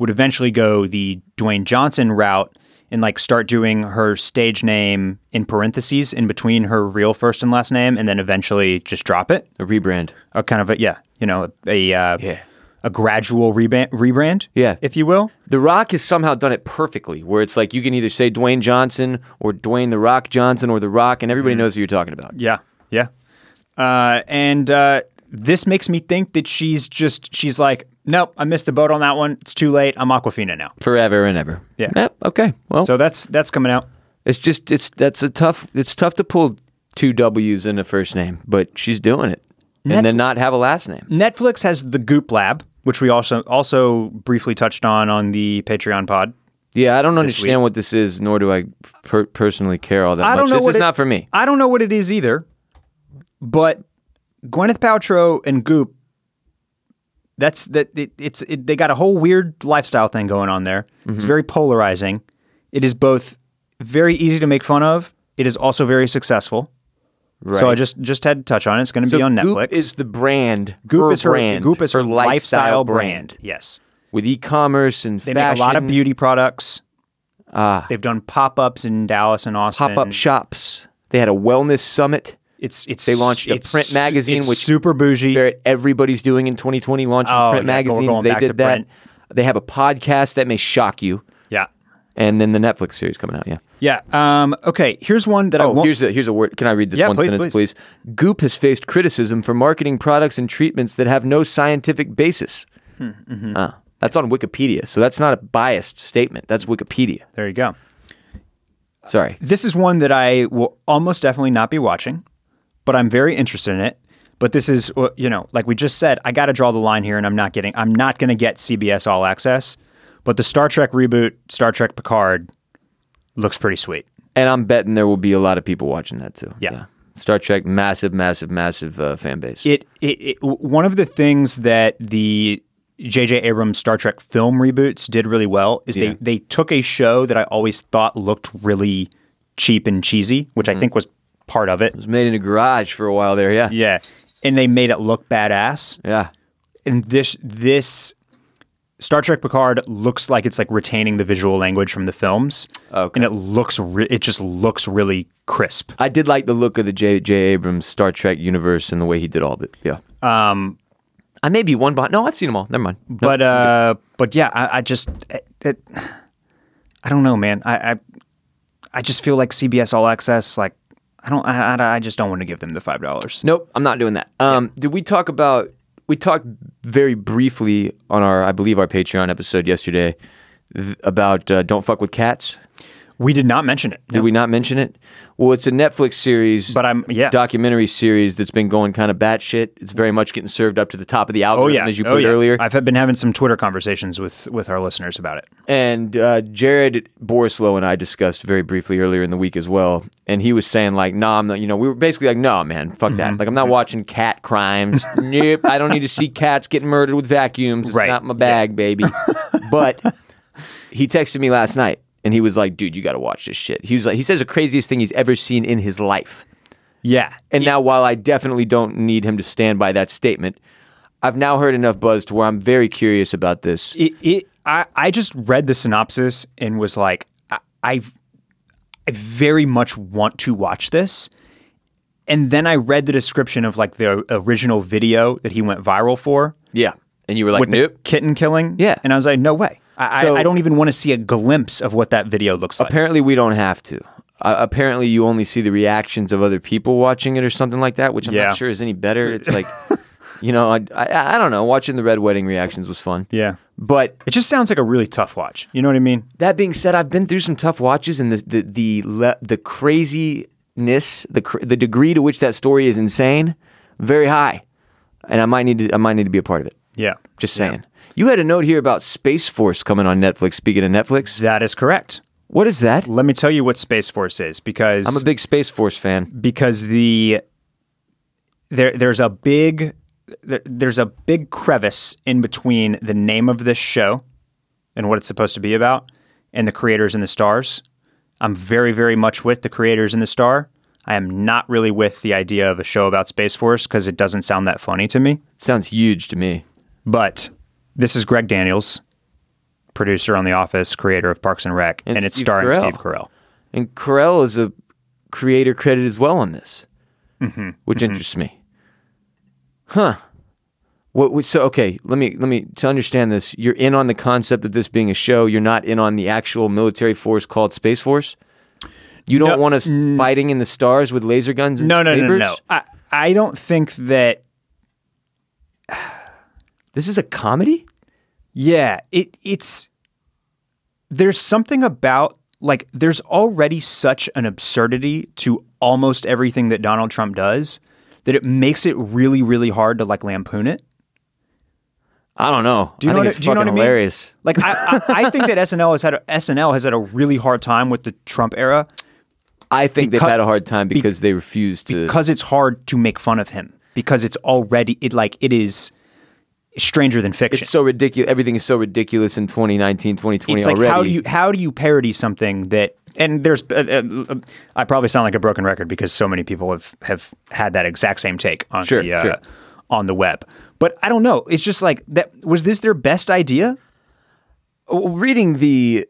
S2: would eventually go the Dwayne Johnson route and like start doing her stage name in parentheses in between her real first and last name, and then eventually just drop it.
S1: A rebrand.
S2: A kind of a yeah, you know, a uh,
S1: Yeah.
S2: a gradual rebrand, rebrand,
S1: Yeah.
S2: if you will.
S1: The Rock has somehow done it perfectly, where it's like you can either say Dwayne Johnson or Dwayne The Rock Johnson or The Rock, and
S2: Mm-hmm.
S1: everybody knows who you're talking about.
S2: Yeah, yeah. Uh, and uh, this makes me think that she's just she's like, nope, I missed the boat on that one. It's too late. I'm Aquafina now.
S1: Forever and ever.
S2: Yeah.
S1: Yep, okay. Well,
S2: So that's that's coming out.
S1: it's just it's that's a tough it's tough to pull two W's in a first name, but she's doing it, and then not have a last name.
S2: Netflix has the Goop Lab, which we also also briefly touched on on the Patreon pod.
S1: Yeah, I don't
S2: week.
S1: understand what this is, nor do I per- personally care all that
S2: I
S1: much.
S2: don't know
S1: this
S2: what
S1: is
S2: it-
S1: not for me.
S2: I don't know what it is either, but Gwyneth Paltrow and Goop. That's that it, it's it, they got a whole weird lifestyle thing going on there.
S1: Mm-hmm.
S2: It's very polarizing. It is both very easy to make fun of. It is also very successful.
S1: Right.
S2: So I just just had to touch on it. It's going to
S1: So
S2: be on
S1: Goop
S2: Netflix.
S1: is the brand.
S2: Goop
S1: her
S2: is her
S1: brand.
S2: Goop is her, lifestyle brand.
S1: brand.
S2: Yes,
S1: with e-commerce and
S2: they make a lot of beauty products.
S1: Ah.
S2: They've done pop ups in Dallas and Austin.
S1: pop up shops. They had a wellness summit.
S2: It's it's
S1: They launched a
S2: it's-
S1: print magazine,
S2: it's
S1: which-
S2: super bougie.
S1: Barrett, everybody's doing in 2020, launching
S2: Oh,
S1: print
S2: yeah, go-
S1: magazines.
S2: going
S1: they
S2: back to
S1: did that.
S2: print.
S1: They have a podcast that may shock you,
S2: yeah.
S1: and then the Netflix series coming out. Yeah.
S2: Yeah. Um, okay. Here's one that I
S1: Oh,
S2: won't.
S1: here's a here's a word. Can I read this
S2: Yeah,
S1: one
S2: please,
S1: sentence, please. Goop has faced criticism for marketing products and treatments that have no scientific basis. Ah, that's on Wikipedia, so that's not a biased statement. That's Wikipedia.
S2: There you go.
S1: Sorry.
S2: This is one that I will almost definitely not be watching, but I'm very interested in it. But this is, uh, you know, like we just said, I got to draw the line here, and I'm not getting, I'm not going to get CBS All Access. But the Star Trek reboot, Star Trek Picard, looks pretty sweet.
S1: And I'm betting there will be a lot of people watching that too.
S2: Yeah.
S1: Star Trek, massive, massive, massive uh, fan base.
S2: It, it, it, w- one of the things that the J.J. Abrams Star Trek film reboots did really well is
S1: Yeah.
S2: they they took a show that I always thought looked really cheap and cheesy, which
S1: Mm-hmm.
S2: I think was part of it.
S1: was made in a garage for a while there. Yeah.
S2: Yeah. And they made it look badass.
S1: Yeah.
S2: And this this Star Trek Picard looks like it's like retaining the visual language from the films.
S1: Okay.
S2: And it looks re- it just looks really crisp.
S1: I did like the look of the J. J. Abrams Star Trek universe and the way he did all of it. Yeah. Um, I may be one behind. No, I've seen them all. Never mind. No.
S2: But uh but yeah, I, I just it, it, I don't know, man. I, I I just feel like CBS All Access like I don't I, I, I just don't want to give them the $5.
S1: Nope, I'm not doing that. Um, Did we talk about? We talked very briefly on our, I believe, our Patreon episode yesterday th- about uh, don't fuck with cats.
S2: We did not mention it.
S1: Did we not mention it? Well, it's a Netflix series,
S2: But I'm- yeah.
S1: documentary series that's been going kind of batshit. It's very much getting served up to the top of the
S2: Oh
S1: algorithm,
S2: yeah.
S1: as you
S2: Oh,
S1: put it
S2: yeah.
S1: earlier.
S2: I've been having some Twitter conversations with with our listeners about it.
S1: And uh, Jared Borislow and I discussed very briefly earlier in the week as well. And he was saying like, "Nah, I'm not." You know, we were basically like, "No, man, fuck
S2: Mm-hmm.
S1: that. Like, I'm not watching cat crimes. nope, I don't need to see cats getting murdered with vacuums. It's
S2: Right.
S1: not my bag, baby." but he texted me last night, and he was like, "Dude, you got to watch this shit." He was like, he says the craziest thing he's ever seen in his life.
S2: Yeah.
S1: And now, while I definitely don't need him to stand by that statement, I've now heard enough buzz to where I'm very curious about this.
S2: it, it I, I just read the synopsis and was like I, I I very much want to watch this and then I read the description of like the original video that he went viral for
S1: Yeah. And you were like,
S2: with
S1: "Nope."
S2: the kitten killing
S1: Yeah.
S2: and I was like no way I,
S1: So-
S2: I, I don't even want to see a glimpse of what that video looks like.
S1: Apparently, we don't have to. Uh, apparently, you only see the reactions of other people watching it or something like that, which I'm
S2: Yeah.
S1: not sure is any better. It's like, you know, I, I I don't know. Watching the red wedding reactions was fun.
S2: yeah.
S1: But
S2: It just sounds like a really tough watch. You know what I mean?
S1: that being said, I've been through some tough watches, and the the the le- the craziness, the cr- the degree to which that story is insane, very high, and I might need to I might need to be a part of it.
S2: Yeah.
S1: Just saying. You had a note here about Space Force coming on Netflix. Speaking of Netflix,
S2: That is correct.
S1: what is that?
S2: Let me tell you what Space Force is because
S1: I'm a big Space Force fan.
S2: because the there there's a big there, there's a big crevice in between the name of this show and what it's supposed to be about and the creators and the stars. I'm very very much with the creators and the star. I am not really with the idea of a show about Space Force because it doesn't sound that funny to me.
S1: Sounds huge to me.
S2: But this is Greg Daniels, producer on The Office, creator of Parks and Rec, and, it's
S1: Steve
S2: starring
S1: Carell.
S2: Steve Carell.
S1: And Carell is a creator credit as well on this, mm-hmm. which interests me. Huh. What, what, so okay, let me let me to understand this. You're in on the concept of this being a show. You're not in on the actual military force called Space Force. You don't
S2: No,
S1: want us fighting in the stars with laser guns and
S2: No, no, no, no,
S1: sabers?
S2: no. I, I don't think that.
S1: This is a comedy?
S2: Yeah, it it's there's something about like there's already such an absurdity to almost everything that Donald Trump does that it makes it really really hard to like lampoon it.
S1: I don't know.
S2: you
S1: I think
S2: know what I-
S1: it's
S2: do you know
S1: fucking
S2: what I mean?
S1: hilarious.
S2: Like I, I, I think that SNL has had a, SNL has had a really hard time with the Trump era
S1: I think they've
S2: Because-
S1: had a hard time because they refuse to
S2: because it's hard to make fun of him because it's already it like it is stranger than fiction.
S1: it's so ridiculous. Everything is so ridiculous in 2019, 2020
S2: it's like
S1: already.
S2: how do you how do you parody something that and there's uh, uh, I probably sound like a broken record because so many people have have had that exact same take on
S1: Sure,
S2: the uh,
S1: sure.
S2: on the web. But I don't know. It's just like that was this their best idea?
S1: Well, reading the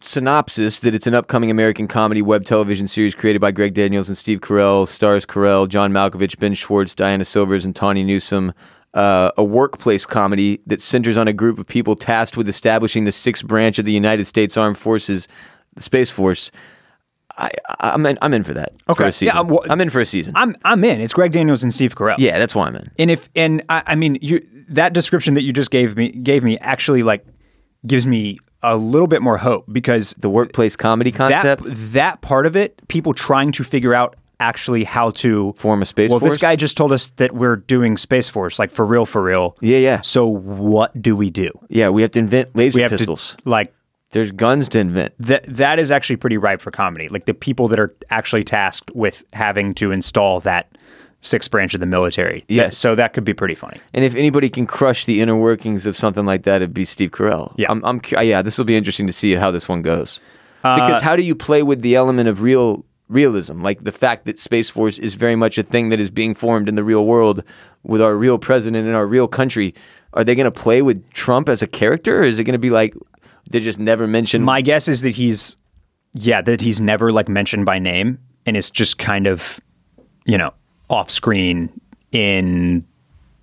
S1: synopsis that it's an upcoming American comedy web television series created by Greg Daniels and Steve Carell, stars Carell, John Malkovich, Ben Schwartz, Diana Silvers, and Tawny Newsom. Uh, a workplace comedy that centers on a group of people tasked with establishing the sixth branch of the United States Armed Forces, the Space Force. I, I- I'm in. I'm in for that. For
S2: Okay.
S1: a season.
S2: Yeah, I'm wa-
S1: I'm in for a season.
S2: I'm I'm in. It's Greg Daniels and Steve Carell.
S1: yeah, that's why I'm in.
S2: And if and I, I mean you that description that you just gave me gave me actually like gives me a little bit more hope because
S1: The workplace comedy
S2: that
S1: concept.
S2: that part of it, people trying to figure out actually how to
S1: Form a space
S2: Well,
S1: force?
S2: this guy just told us that we're doing space force, like for real, for real.
S1: yeah, yeah,
S2: So what do we do?
S1: yeah. We have to invent laser
S2: We have
S1: pistols.
S2: to like
S1: There's guns to invent.
S2: that. That is actually pretty ripe for comedy. Like the people that are actually tasked with having to install that sixth branch of the military. That-
S1: Yes.
S2: so that could be pretty funny.
S1: And if anybody can crush the inner workings of something like that, it'd be Steve Carell.
S2: Yeah.
S1: I'm, I'm, cu- yeah, this will be interesting to see how this one goes.
S2: Uh,
S1: because how do you play with the element of real realism, like the fact that Space Force is very much a thing that is being formed in the real world with our real president and our real country? Are they going to play with Trump as a character, or is it going to be like they just never mention?
S2: My guess is that he's, yeah, that he's never like mentioned by name, and it's just kind of, you know, off screen in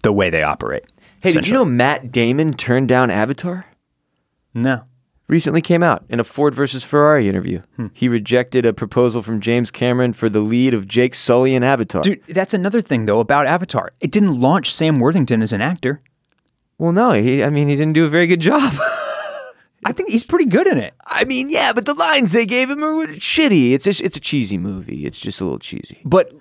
S2: the way they operate.
S1: hey, did you know Matt Damon turned down Avatar?
S2: No.
S1: recently came out in a Ford versus Ferrari interview. He rejected a proposal from James Cameron for the lead of Jake Sully in Avatar.
S2: Dude, that's another thing though about Avatar. It didn't launch Sam Worthington as an actor.
S1: Well, no, he, I mean, he didn't do a very good job.
S2: I think he's pretty good in it.
S1: I mean, yeah, but the lines they gave him are shitty. It's just, it's a cheesy movie. It's just a little cheesy.
S2: But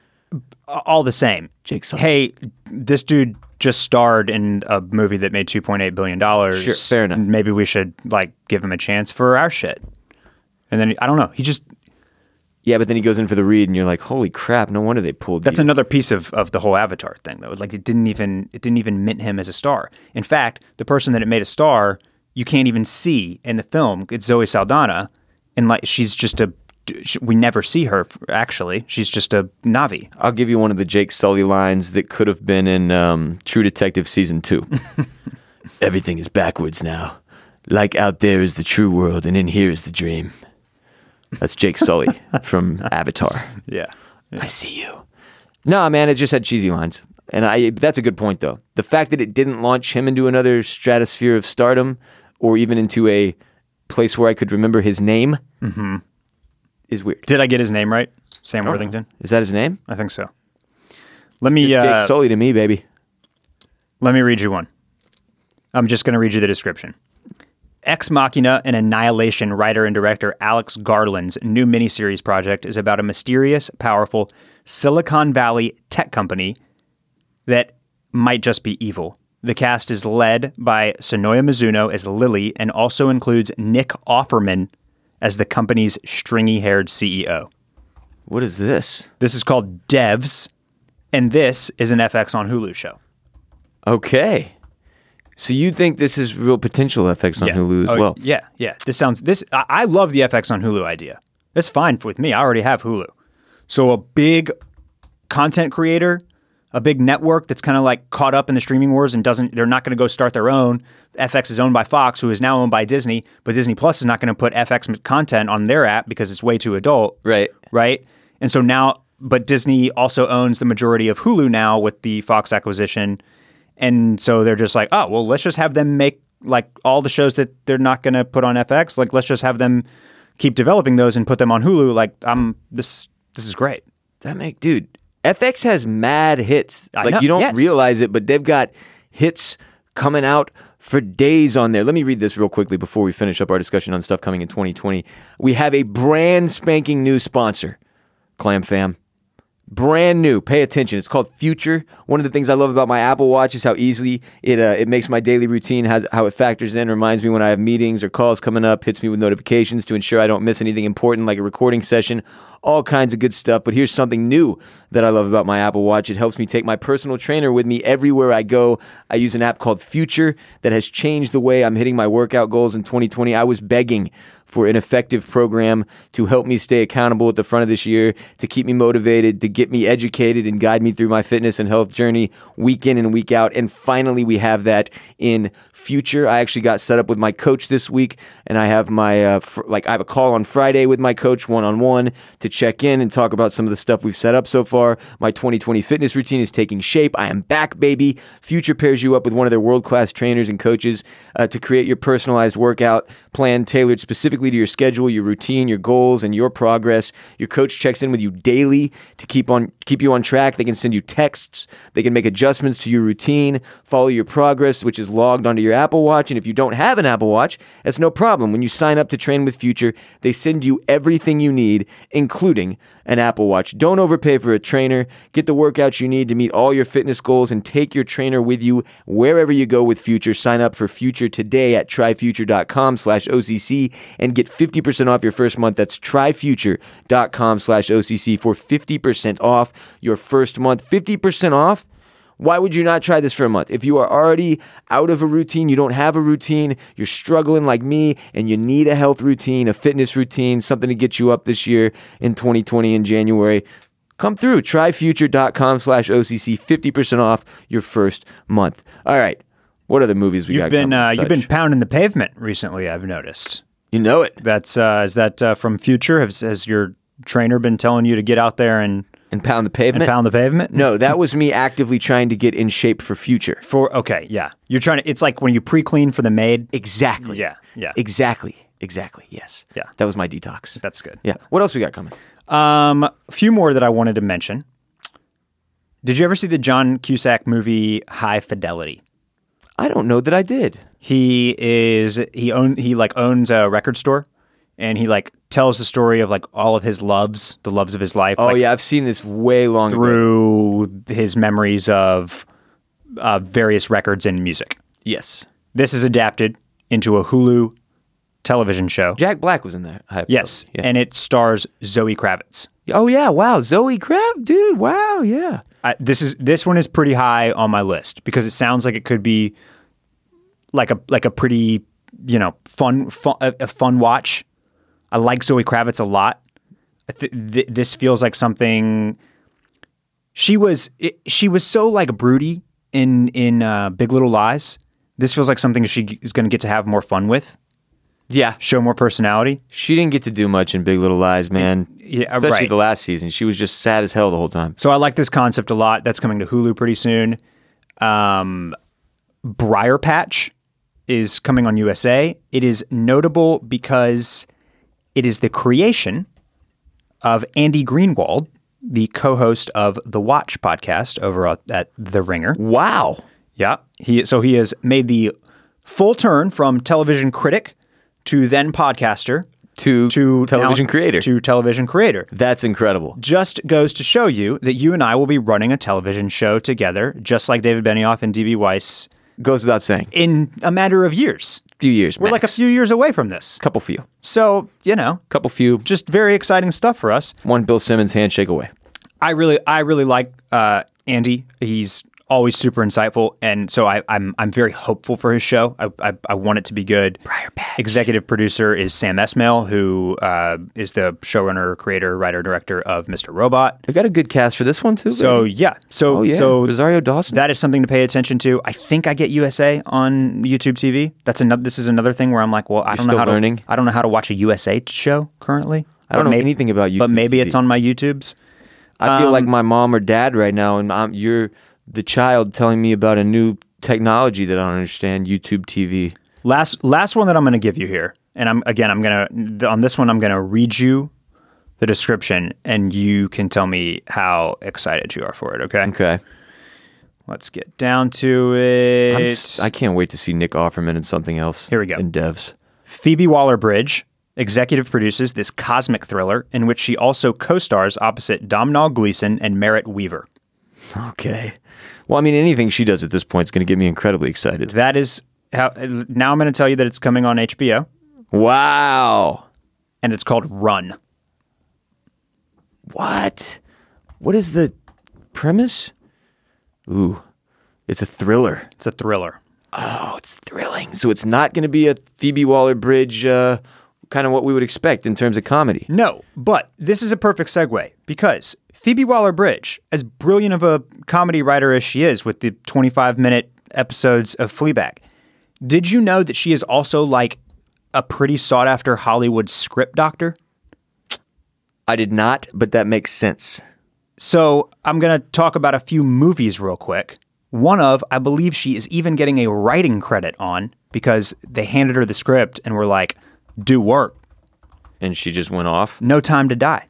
S2: uh, all the same,
S1: Jake Sully.
S2: hey, this dude just starred in a movie that made 2.8 billion dollars.
S1: Sure, fair enough.
S2: Maybe we should like give him a chance for our shit. And then I don't know. He just
S1: Yeah, but then he goes in for the read, and you're like, holy crap! No wonder they pulled.
S2: that's
S1: you.
S2: another piece of, of the whole Avatar thing though. Like it didn't even it didn't even mint him as a star. In fact, the person that it made a star, you can't even see in the film. It's Zoe Saldana, and like she's just a sh- we never see her actually. She's just a Navi.
S1: I'll give you one of the Jake Sully lines that could have been in um, True Detective season two. Everything is backwards now. Like out there is the true world, and in here is the dream. That's Jake Sully from Avatar.
S2: Yeah.
S1: I see you. Nah, man, it just had cheesy lines, and I. That's a good point, though. The fact that it didn't launch him into another stratosphere of stardom, or even into a place where I could remember his name is weird.
S2: Did I get his name right? Sam Worthington?
S1: Is that his name?
S2: I think so. Let me
S1: Jake
S2: uh,
S1: Sully to me, baby.
S2: let me read you one. I'm just going to read you the description. Ex Machina and Annihilation writer and director Alex Garland's new miniseries project is about a mysterious, powerful Silicon Valley tech company that might just be evil. The cast is led by Sonoya Mizuno as Lily and also includes Nick Offerman as the company's stringy haired CEO.
S1: What is this?
S2: This is called Devs, and this is an FX on Hulu show.
S1: Okay. So you think this is real potential FX on Hulu as
S2: Oh,
S1: well?
S2: Yeah, yeah. This sounds this. I, I love the FX on Hulu idea. That's fine with me. I already have Hulu, so a big content creator, a big network that's kind of like caught up in the streaming wars and doesn't. They're not going to go start their own. FX is owned by Fox, who is now owned by Disney, but Disney Plus is not going to put FX content on their app because it's way too adult.
S1: Right.
S2: Right. And so now, but Disney also owns the majority of Hulu now with the Fox acquisition. And so they're just like, oh, well, let's just have them make like all the shows that they're not going to put on FX. Like, let's just have them keep developing those and put them on Hulu. Like, I'm this, this is great.
S1: That make dude. FX has mad hits.
S2: I
S1: like
S2: know,
S1: you don't
S2: yes.
S1: realize it, but they've got hits coming out for days on there. Let me read this real quickly before we finish up our discussion on stuff coming in 2020. We have a brand spanking new sponsor, Clam Fam. Brand new. Pay attention. It's called Future. One of the things I love about my Apple Watch is how easily it uh, it makes my daily routine, has, how it factors in, reminds me when I have meetings or calls coming up, hits me with notifications to ensure I don't miss anything important like a recording session, all kinds of good stuff. But here's something new that I love about my Apple Watch. It helps me take my personal trainer with me everywhere I go. I use an app called Future that has changed the way I'm hitting my workout goals in 2020. I was begging for an effective program to help me stay accountable at the front of this year, to keep me motivated, to get me educated and guide me through my fitness and health journey week in and week out. And finally, we have that in future. I actually got set up with my coach this week, and I have my uh, fr- like I have a call on Friday with my coach one on one to check in and talk about some of the stuff we've set up so far. My 2020 fitness routine is taking shape. I am back, baby. Future pairs you up with one of their world class trainers and coaches uh, to create your personalized workout plan tailored specifically to your schedule, your routine, your goals, and your progress. Your coach checks in with you daily to keep on keep you on track. They can send you texts. They can make adjustments to your routine, follow your progress, which is logged onto your Apple Watch. And if you don't have an Apple Watch, that's no problem. When you sign up to train with Future, they send you everything you need, including an Apple Watch. Don't overpay for a trainer. Get the workouts you need to meet all your fitness goals and take your trainer with you wherever you go with Future. Sign up for Future today at tryfuture.com slash OCC and get 50% off your first month. That's tryfuture.com slash OCC for 50% off your first month. 50% off? Why would you not try this for a month? If you are already out of a routine, you don't have a routine, you're struggling like me, and you need a health routine, a fitness routine, something to get you up this year in 2020 in January, come through. Tryfuture.com slash OCC, 50% off your first month. All right. What other movies we
S2: You've
S1: got?
S2: been
S1: coming,
S2: uh, you've
S1: Sutch?
S2: been pounding the pavement recently. I've noticed.
S1: You know it.
S2: That's uh, is that uh, from Future? Has, has your trainer been telling you to get out there and,
S1: And Pound the Pavement.
S2: pound the pavement?
S1: no, that was me actively trying to get in shape for future.
S2: For okay, yeah, you're trying to. It's like when you pre-clean for the maid.
S1: Exactly.
S2: Yeah, yeah.
S1: Exactly. Exactly. Yes.
S2: Yeah.
S1: That was my detox.
S2: That's good.
S1: Yeah. What else we got coming?
S2: Um, a few more that I wanted to mention. Did you ever see the John Cusack movie High Fidelity?
S1: I don't know that I did.
S2: He is he own he like owns a record store, and he like tells the story of like all of his loves, the loves of his life.
S1: Oh
S2: like,
S1: yeah, I've seen this way long ago.
S2: through his memories of uh, various records and music.
S1: Yes,
S2: This is adapted into a Hulu television show.
S1: Jack Black was in that. Hype
S2: Yes,
S1: Yeah.
S2: and it stars Zoe Kravitz.
S1: oh yeah. Wow. Zoe Crab, dude. Wow. Yeah.
S2: I, this is this one is pretty high on my list because it sounds like it could be like a like a pretty you know fun, fun a, a fun watch. I like Zoe Kravitz a lot. I Th- th- this feels like something. She was it, she was so like broody in in uh, Big Little Lies. This feels like something she g- is going to get to have more fun with,
S1: Yeah.
S2: show more personality.
S1: She didn't get to do much in Big Little Lies, man.
S2: Yeah,
S1: Especially
S2: right.
S1: the last season. She was just sad as hell the whole time.
S2: So I like this concept a lot. That's coming to Hulu pretty soon. Um, Briar Patch is coming on USA. It is notable because it is the creation of Andy Greenwald, the co-host of the Watch podcast over at at The Ringer.
S1: Wow.
S2: Yeah, he so he has made the full turn from television critic to then podcaster
S1: To,
S2: to
S1: television
S2: now-
S1: creator.
S2: to television creator.
S1: That's incredible.
S2: Just goes to show you that you and I will be running a television show together, just like David Benioff and DB Weiss,
S1: Goes without saying.
S2: in a matter of years.
S1: Few years.
S2: We're like a few years away from this.
S1: couple few.
S2: So, you know,
S1: Couple few.
S2: just very exciting stuff for us.
S1: One Bill Simmons handshake away.
S2: I really, I really like uh, Andy. He's always super insightful, and so I, I'm, I'm very hopeful for his show. I, I, I want it to be good. Prior Executive producer is Sam Esmail, who uh, is the showrunner, creator, writer, director of Mr. Robot.
S1: They got a good cast for this one too.
S2: So
S1: baby.
S2: yeah, so
S1: oh, yeah.
S2: so
S1: Rosario Dawson.
S2: that is something to pay attention to. I think I get USA on YouTube TV. That's another. This is another thing where I'm like, well, I don't know
S1: still
S2: how
S1: learning?
S2: to. I don't know how to watch a USA show currently.
S1: I don't
S2: But
S1: know
S2: maybe-
S1: anything about YouTube.
S2: but maybe it's um,
S1: TV.
S2: on my YouTubes.
S1: I feel like my mom or dad right now, and I'm, you're the child telling me about a new technology that I don't understand. YouTube TV.
S2: Last last one that I'm going to give you here, and I'm again I'm going to on this one I'm going to read you the description, and you can tell me how excited you are for it. Okay,
S1: Okay.
S2: let's get down to
S1: I'm
S2: it.
S1: s- I can't wait to see Nick Offerman and something else.
S2: Here we go.
S1: In devs.
S2: Phoebe Waller Bridge executive produces this cosmic thriller in which she also co-stars opposite Domhnall Gleeson and Merritt Weaver.
S1: Okay. Well, I mean, anything she does at this point is going to get me incredibly excited.
S2: That is how. Now I'm going to tell you that it's coming on HBO,
S1: Wow.
S2: and it's called Run.
S1: What? What is the premise? Ooh, it's a thriller.
S2: It's a thriller.
S1: Oh, it's thrilling. So it's not going to be a Phoebe Waller Bridge uh, kind of what we would expect in terms of comedy.
S2: No, but this is a perfect segue because Phoebe Waller Bridge, as brilliant of a comedy writer as she is with the 25 minute episodes of Fleabag, did you know that she is also like a pretty sought after Hollywood script doctor?
S1: I did not, but that makes sense.
S2: So I'm going to talk about a few movies real quick. One of, I believe she is even getting a writing credit on because they handed her the script and were like, do work,
S1: And she just went off.
S2: no time to die.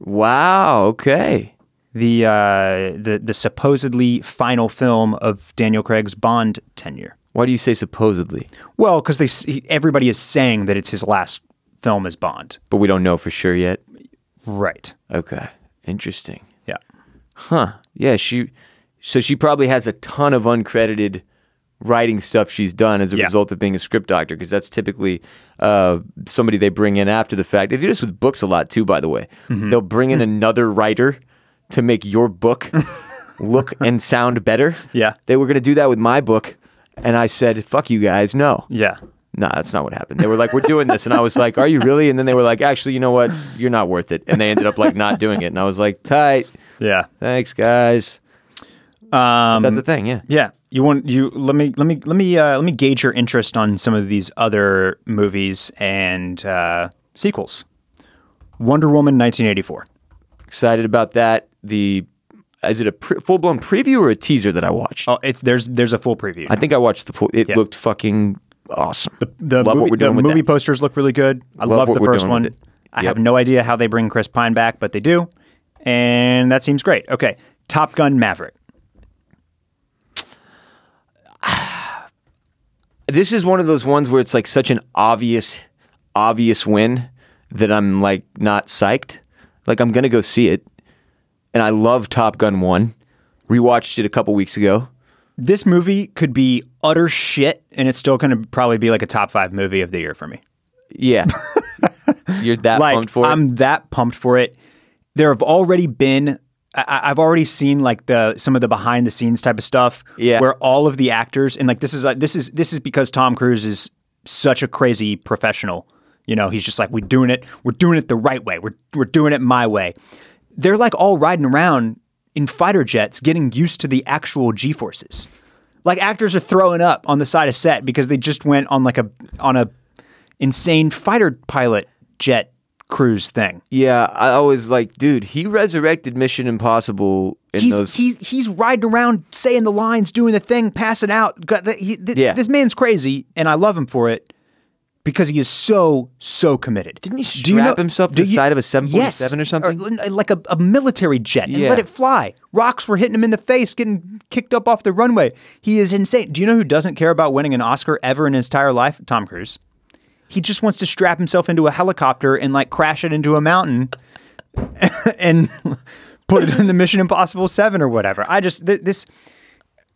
S1: Wow. Okay.
S2: the uh, the the supposedly final film of Daniel Craig's Bond tenure.
S1: Why do you say supposedly?
S2: Well, because they s- he- everybody is saying that it's his last film as Bond.
S1: But we don't know for sure yet.
S2: Right.
S1: Okay. Interesting.
S2: Yeah.
S1: Huh. Yeah. She. So she probably has a ton of uncredited writing stuff she's done as a
S2: Yeah.
S1: result of being a script doctor, because that's typically uh, somebody they bring in after the fact. They do this with books a lot too, by the way.
S2: Mm-hmm.
S1: They'll bring in another writer to make your book look and sound better.
S2: Yeah.
S1: They were going to do that with my book, and I said, "Fuck you guys, no."
S2: Yeah.
S1: Nah, that's not what happened. They were like, "We're doing this," and I was like, "Are you really?" And then they were like, "Actually, you know what? You're not worth it." And they ended up like not doing it, and I was like, "Tight."
S2: Yeah.
S1: Thanks, guys.
S2: Um,
S1: That's the thing, yeah.
S2: yeah. You want you let me let me let me uh, let me gauge your interest on some of these other movies and uh, sequels. Wonder Woman 1984.
S1: Excited about that. The is it a pre- full blown preview or a teaser that I watched?
S2: Oh, it's there's there's a full preview.
S1: I think I watched the full. It looked fucking awesome.
S2: The
S1: Love
S2: movie,
S1: what we're doing
S2: the
S1: with
S2: movie
S1: that.
S2: posters look really good. I
S1: Love
S2: love,
S1: what
S2: the
S1: we're
S2: first
S1: doing with
S2: one.
S1: it.
S2: I
S1: Yep.
S2: have no idea how they bring Chris Pine back, but they do, and that seems great. Okay, Top Gun Maverick.
S1: this is one of those ones where it's like such an obvious, obvious win that I'm like not psyched. Like I'm gonna go see it, and I love Top Gun One. Rewatched it a couple weeks ago.
S2: This movie could be utter shit, and it's still going to probably be like a top five movie of the year for me.
S1: Yeah, you're that
S2: Like
S1: pumped for it.
S2: I'm that pumped for it. There have already been. I- I- I've already seen like the some of the behind the scenes type of stuff.
S1: Yeah.
S2: where all of the actors and like this is uh, this is this is because Tom Cruise is such a crazy professional. You know, he's just like we're doing it. We're doing it the right way. We're we're doing it my way. They're like all riding around in fighter jets, getting used to the actual G forces. Like actors are throwing up on the side of set because they just went on like a on a insane fighter pilot jet Cruise thing.
S1: Yeah, I always like, dude, he resurrected Mission Impossible in
S2: He's
S1: those.
S2: he's he's riding around saying the lines, doing the thing, passing out. Got the, he, th-
S1: Yeah.
S2: This man's crazy, and I love him for it because he is so so committed.
S1: Didn't he
S2: Do you know-
S1: strap himself to
S2: do
S1: the
S2: you-
S1: side of a 747 or
S2: yes,
S1: something?
S2: l- like a, a military jet, and
S1: Yeah.
S2: let it fly. Rocks were hitting him in the face, getting kicked up off the runway. He is insane. Do you know who doesn't care about winning an Oscar ever in his entire life? Tom Cruise. He just wants to strap himself into a helicopter and like crash it into a mountain and put it in the Mission Impossible 7 or whatever. I just, th- this.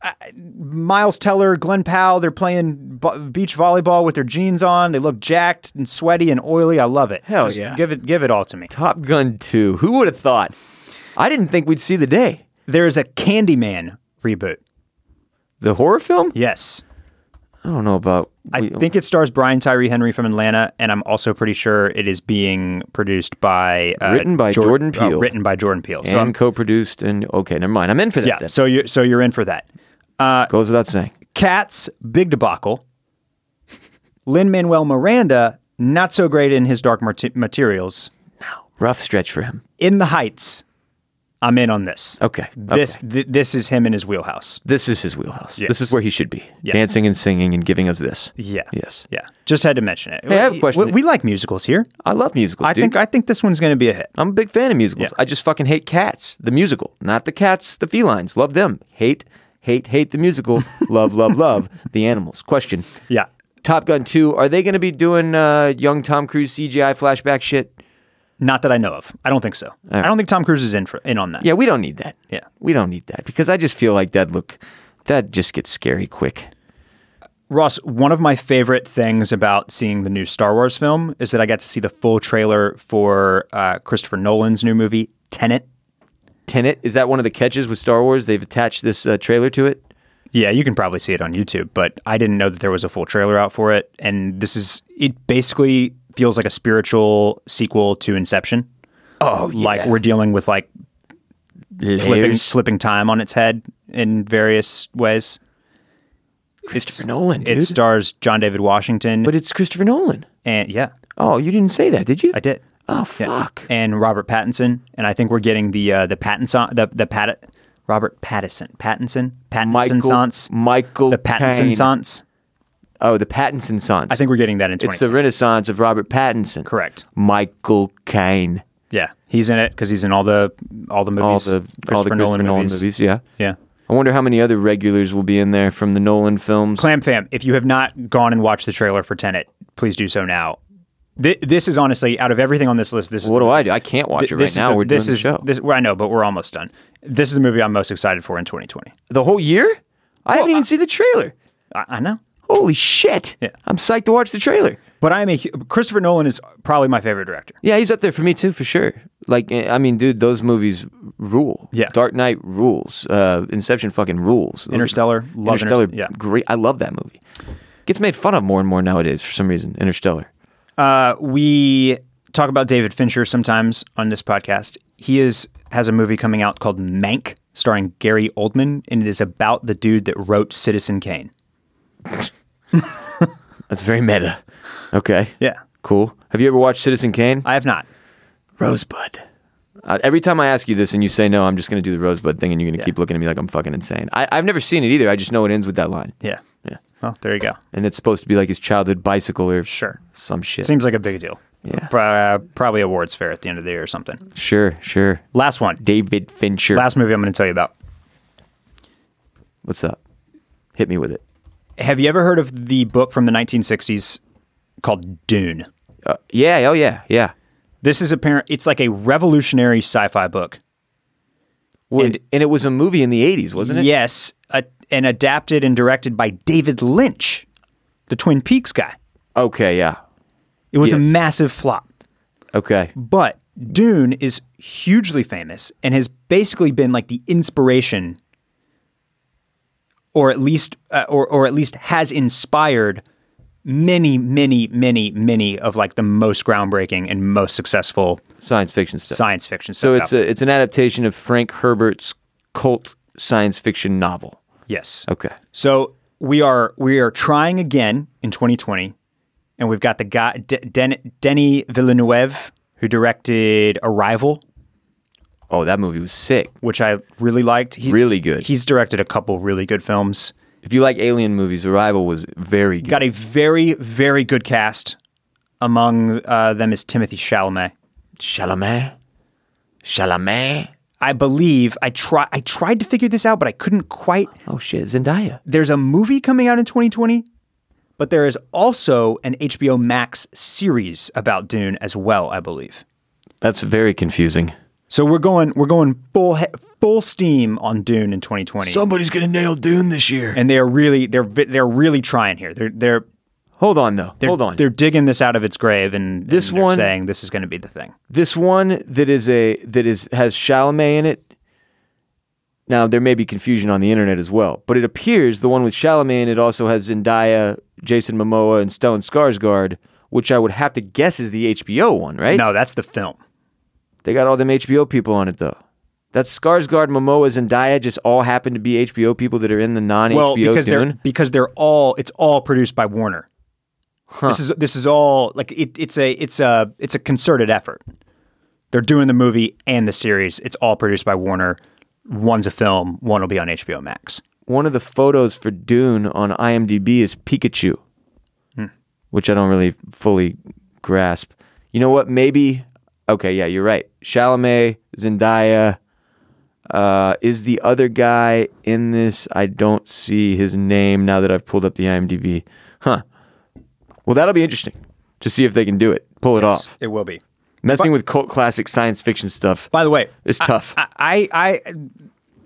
S2: I- Miles Teller, Glenn Powell, they're playing bo- beach volleyball with their jeans on. They look jacked and sweaty and oily. I love it.
S1: Hell
S2: Just
S1: yeah.
S2: Give it, give it all to me.
S1: Top Gun 2. Who would have thought? I didn't think we'd see the day.
S2: There is a Candyman reboot.
S1: The horror film?
S2: Yes.
S1: I don't know about.
S2: I
S1: we-
S2: think it stars Brian Tyree Henry from Atlanta, and I'm also pretty sure it is being produced by uh,
S1: Written by
S2: Jor-
S1: Jordan
S2: uh,
S1: Peele.
S2: written by Jordan Peele. So
S1: and
S2: I'm-
S1: co-produced and okay, never mind. I'm in for that.
S2: yeah,
S1: then.
S2: so you're so you're in for that.
S1: Goes without saying.
S2: Cats, big debacle. Lin Manuel Miranda, not so great in his Dark Mate- Materials.
S1: Rough stretch for him.
S2: In the Heights, I'm in on this.
S1: Okay.
S2: This
S1: okay.
S2: th- this is him in his wheelhouse.
S1: this is his wheelhouse.
S2: Yes.
S1: This is where he should be, dancing and singing and giving us this.
S2: Yeah.
S1: Yes.
S2: Yeah. Just had to mention it.
S1: Hey, I have a
S2: We-
S1: question.
S2: We, like musicals here.
S1: I love musicals.
S2: I
S1: dude.
S2: think I think this one's going to be a hit.
S1: I'm a big fan of musicals. I just fucking hate cats, the musical, not the cats, the felines. Love them. Hate, hate, hate the musical. love, love, love the animals. Question.
S2: Yeah.
S1: Top Gun 2, are they going to be doing uh, young Tom Cruise CGI flashback shit?
S2: Not that I know of. I don't think so. I don't think Tom Cruise is in for, in on that.
S1: Yeah, we don't need that.
S2: Yeah.
S1: We don't need that because I just feel like that look, that just gets scary quick.
S2: Ross, one of my favorite things about seeing the new Star Wars film is that I got to see the full trailer for uh, Christopher Nolan's new movie Tenet.
S1: Tenet, is that one of the catches with Star Wars? They've attached this uh, trailer to it.
S2: Yeah, you can probably see it on YouTube, but I didn't know that there was a full trailer out for it. And this is it basically feels like a spiritual sequel to Inception. Oh, like we're dealing with like flipping,
S1: Layers.
S2: flipping time on its head in various ways. Christopher
S1: Nolan,
S2: It
S1: dude.
S2: stars John David Washington,
S1: But it's Christopher Nolan.
S2: and yeah,
S1: Oh, you didn't say that, did you?
S2: I did.
S1: Oh, fuck.
S2: And Robert Pattinson, and I think we're getting the uh, the Pattinson the the Pat Robert Pattinson Pattinson Pattinson
S1: Michael,
S2: sans
S1: Michael
S2: the Pattinson
S1: Caine.
S2: sans.
S1: Oh, the Pattinson sans.
S2: I think we're getting that in twenty.
S1: it's the Renaissance of Robert Pattinson.
S2: Correct.
S1: Michael Caine.
S2: yeah, he's in it because he's in all the all the
S1: All
S2: movies.
S1: the all the Christopher Nolan, movies. Yeah.
S2: Yeah.
S1: I wonder how many other regulars will be in there from the Nolan films.
S2: Clam Fam, if you have not gone and watched the trailer for Tenet, please do so now. Thi- This is honestly out of everything on this list. This is
S1: what do I do? I can't watch it right
S2: this
S1: now.
S2: Is the,
S1: We're
S2: this
S1: doing
S2: is
S1: the show.
S2: this. Well, I know, but we're almost done. This is the movie I'm most excited for in 2020.
S1: the whole year? I haven't even seen the trailer.
S2: I, I know.
S1: Holy shit.
S2: Yeah.
S1: I'm psyched to watch the trailer.
S2: But I am a hu- Christopher Nolan is probably my favorite director.
S1: Yeah, he's up there for me too, for sure. Like, eh, I mean, dude, those movies rule.
S2: Yeah.
S1: Dark Knight rules. Uh, Inception fucking rules. Those-
S2: Interstellar, love
S1: Interstellar,
S2: Interst- yeah.
S1: great. I love that movie. Gets made fun of more and more nowadays for some reason. Interstellar.
S2: Uh, we talk about David Fincher sometimes on this podcast. He is has a movie coming out called Mank, starring Gary Oldman, and it is about the dude that wrote Citizen Kane.
S1: That's very meta. Okay.
S2: Yeah,
S1: Cool. Have you ever watched Citizen Kane?
S2: I have not.
S1: Rosebud. Uh, every time I ask you this and you say no, I'm just going to do the Rosebud thing and you're going to keep looking at me like I'm fucking insane. I, I've never seen it either. I just know it ends with that line.
S2: Yeah,
S1: Yeah.
S2: Well, there you go.
S1: And it's supposed to be like his childhood bicycle or
S2: Sure.
S1: some shit.
S2: Seems like a big deal.
S1: Yeah.
S2: Pro- uh, probably awards fair at the end of the year or something.
S1: sure, sure.
S2: Last one.
S1: David Fincher.
S2: Last movie I'm going to tell you about.
S1: What's up? Hit me with it.
S2: Have you ever heard of the book from the 1960s called Dune?
S1: Uh, yeah, oh yeah, yeah.
S2: This is apparent. It's like a revolutionary sci-fi book.
S1: Well,
S2: And-
S1: and, it was a movie in the 80s, wasn't it?
S2: Yes, a, and adapted and directed by David Lynch, the Twin Peaks guy.
S1: Okay, yeah.
S2: It was a
S1: Yes.
S2: massive flop,
S1: Okay.
S2: but Dune is hugely famous and has basically been like the inspiration, or at least, uh, or or at least has inspired many, many, many, many of like the most groundbreaking and most successful
S1: Science fiction stuff.
S2: science fiction.
S1: so it's a, it's an adaptation of Frank Herbert's cult science fiction novel.
S2: yes.
S1: Okay.
S2: So we are we are trying again in 2020, and we've got the guy De- Den- Denny Villeneuve who directed Arrival,
S1: Oh, that movie was sick.
S2: which I really liked. He's
S1: Really good.
S2: He's directed a couple really good films.
S1: If you like alien movies, Arrival was very good.
S2: Got a very, very good cast. Among uh, them is Timothy Chalamet.
S1: Chalamet, Chalamet.
S2: I believe I try I tried to figure this out, but I couldn't quite.
S1: Oh shit, Zendaya.
S2: There's a movie coming out in 2020, but there is also an HBO Max series about Dune as well, I believe.
S1: That's very confusing.
S2: So we're going we're going full he- full steam on Dune in 2020.
S1: Somebody's gonna nail Dune this year.
S2: and they're really they're vi- they're really trying here. They're they're
S1: Hold on though.
S2: they're,
S1: Hold on.
S2: they're digging this out of its grave and
S1: This
S2: and they're
S1: one-
S2: saying this is going to be the thing.
S1: This one that is a that is has Chalamet in it. Now there may be confusion on the internet as well, but it appears the one with Chalamet in it also has Zendaya, Jason Momoa, and Stellan Skarsgård, which I would have to guess is the HBO one, right?
S2: No, that's the film.
S1: They got all them HBO people on it though. That Skarsgård, Momoa, Zendaya just all happen to be HBO people that are in the non HBO
S2: Well, because they're
S1: Dune.
S2: because they're all it's all produced by Warner. This is this is all like it, it's a it's a it's a concerted effort. They're doing the movie and the series. It's all produced by Warner. One's a film. One will be on HBO Max.
S1: One of the photos for Dune on IMDb is Pikachu,
S2: Hmm.
S1: which I don't really fully grasp. You know what? Maybe okay. Yeah, you're right. Chalamet, Zendaya. Uh, is the other guy in this? I don't see his name now that I've pulled up the IMDb. Huh. Well, that'll be interesting to see if they can do it. Pull it off.
S2: It will be.
S1: Messing with cult classic science fiction stuff
S2: By the way,
S1: is tough.
S2: I, I I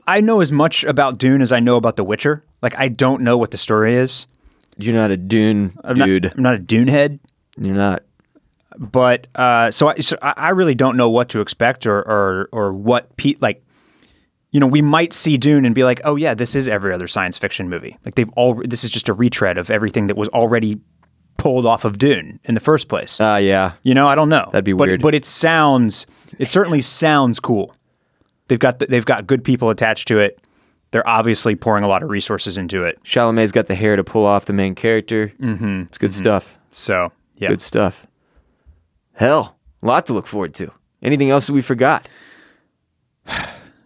S2: I know as much about Dune as I know about The Witcher. Like I don't know what the story is.
S1: You're not a Dune
S2: I'm not-
S1: dude.
S2: I'm not a Dune head.
S1: You're not.
S2: but uh, so I so I I really don't know what to expect or or or what pe- like you know we might see Dune and be like oh yeah this is every other science fiction movie like they've all this is just a retread of everything that was already pulled off of Dune in the first place
S1: Ah, yeah.
S2: you know I don't know
S1: That'd be
S2: but,
S1: weird.
S2: but it sounds it certainly sounds cool they've got the, they've got good people attached to it they're obviously pouring a lot of resources into it
S1: Chalamet's got the hair to pull off the main character. Mm-hmm. It's good stuff.
S2: so yeah
S1: Good stuff. Hell, a lot to look forward to. Anything else that we forgot?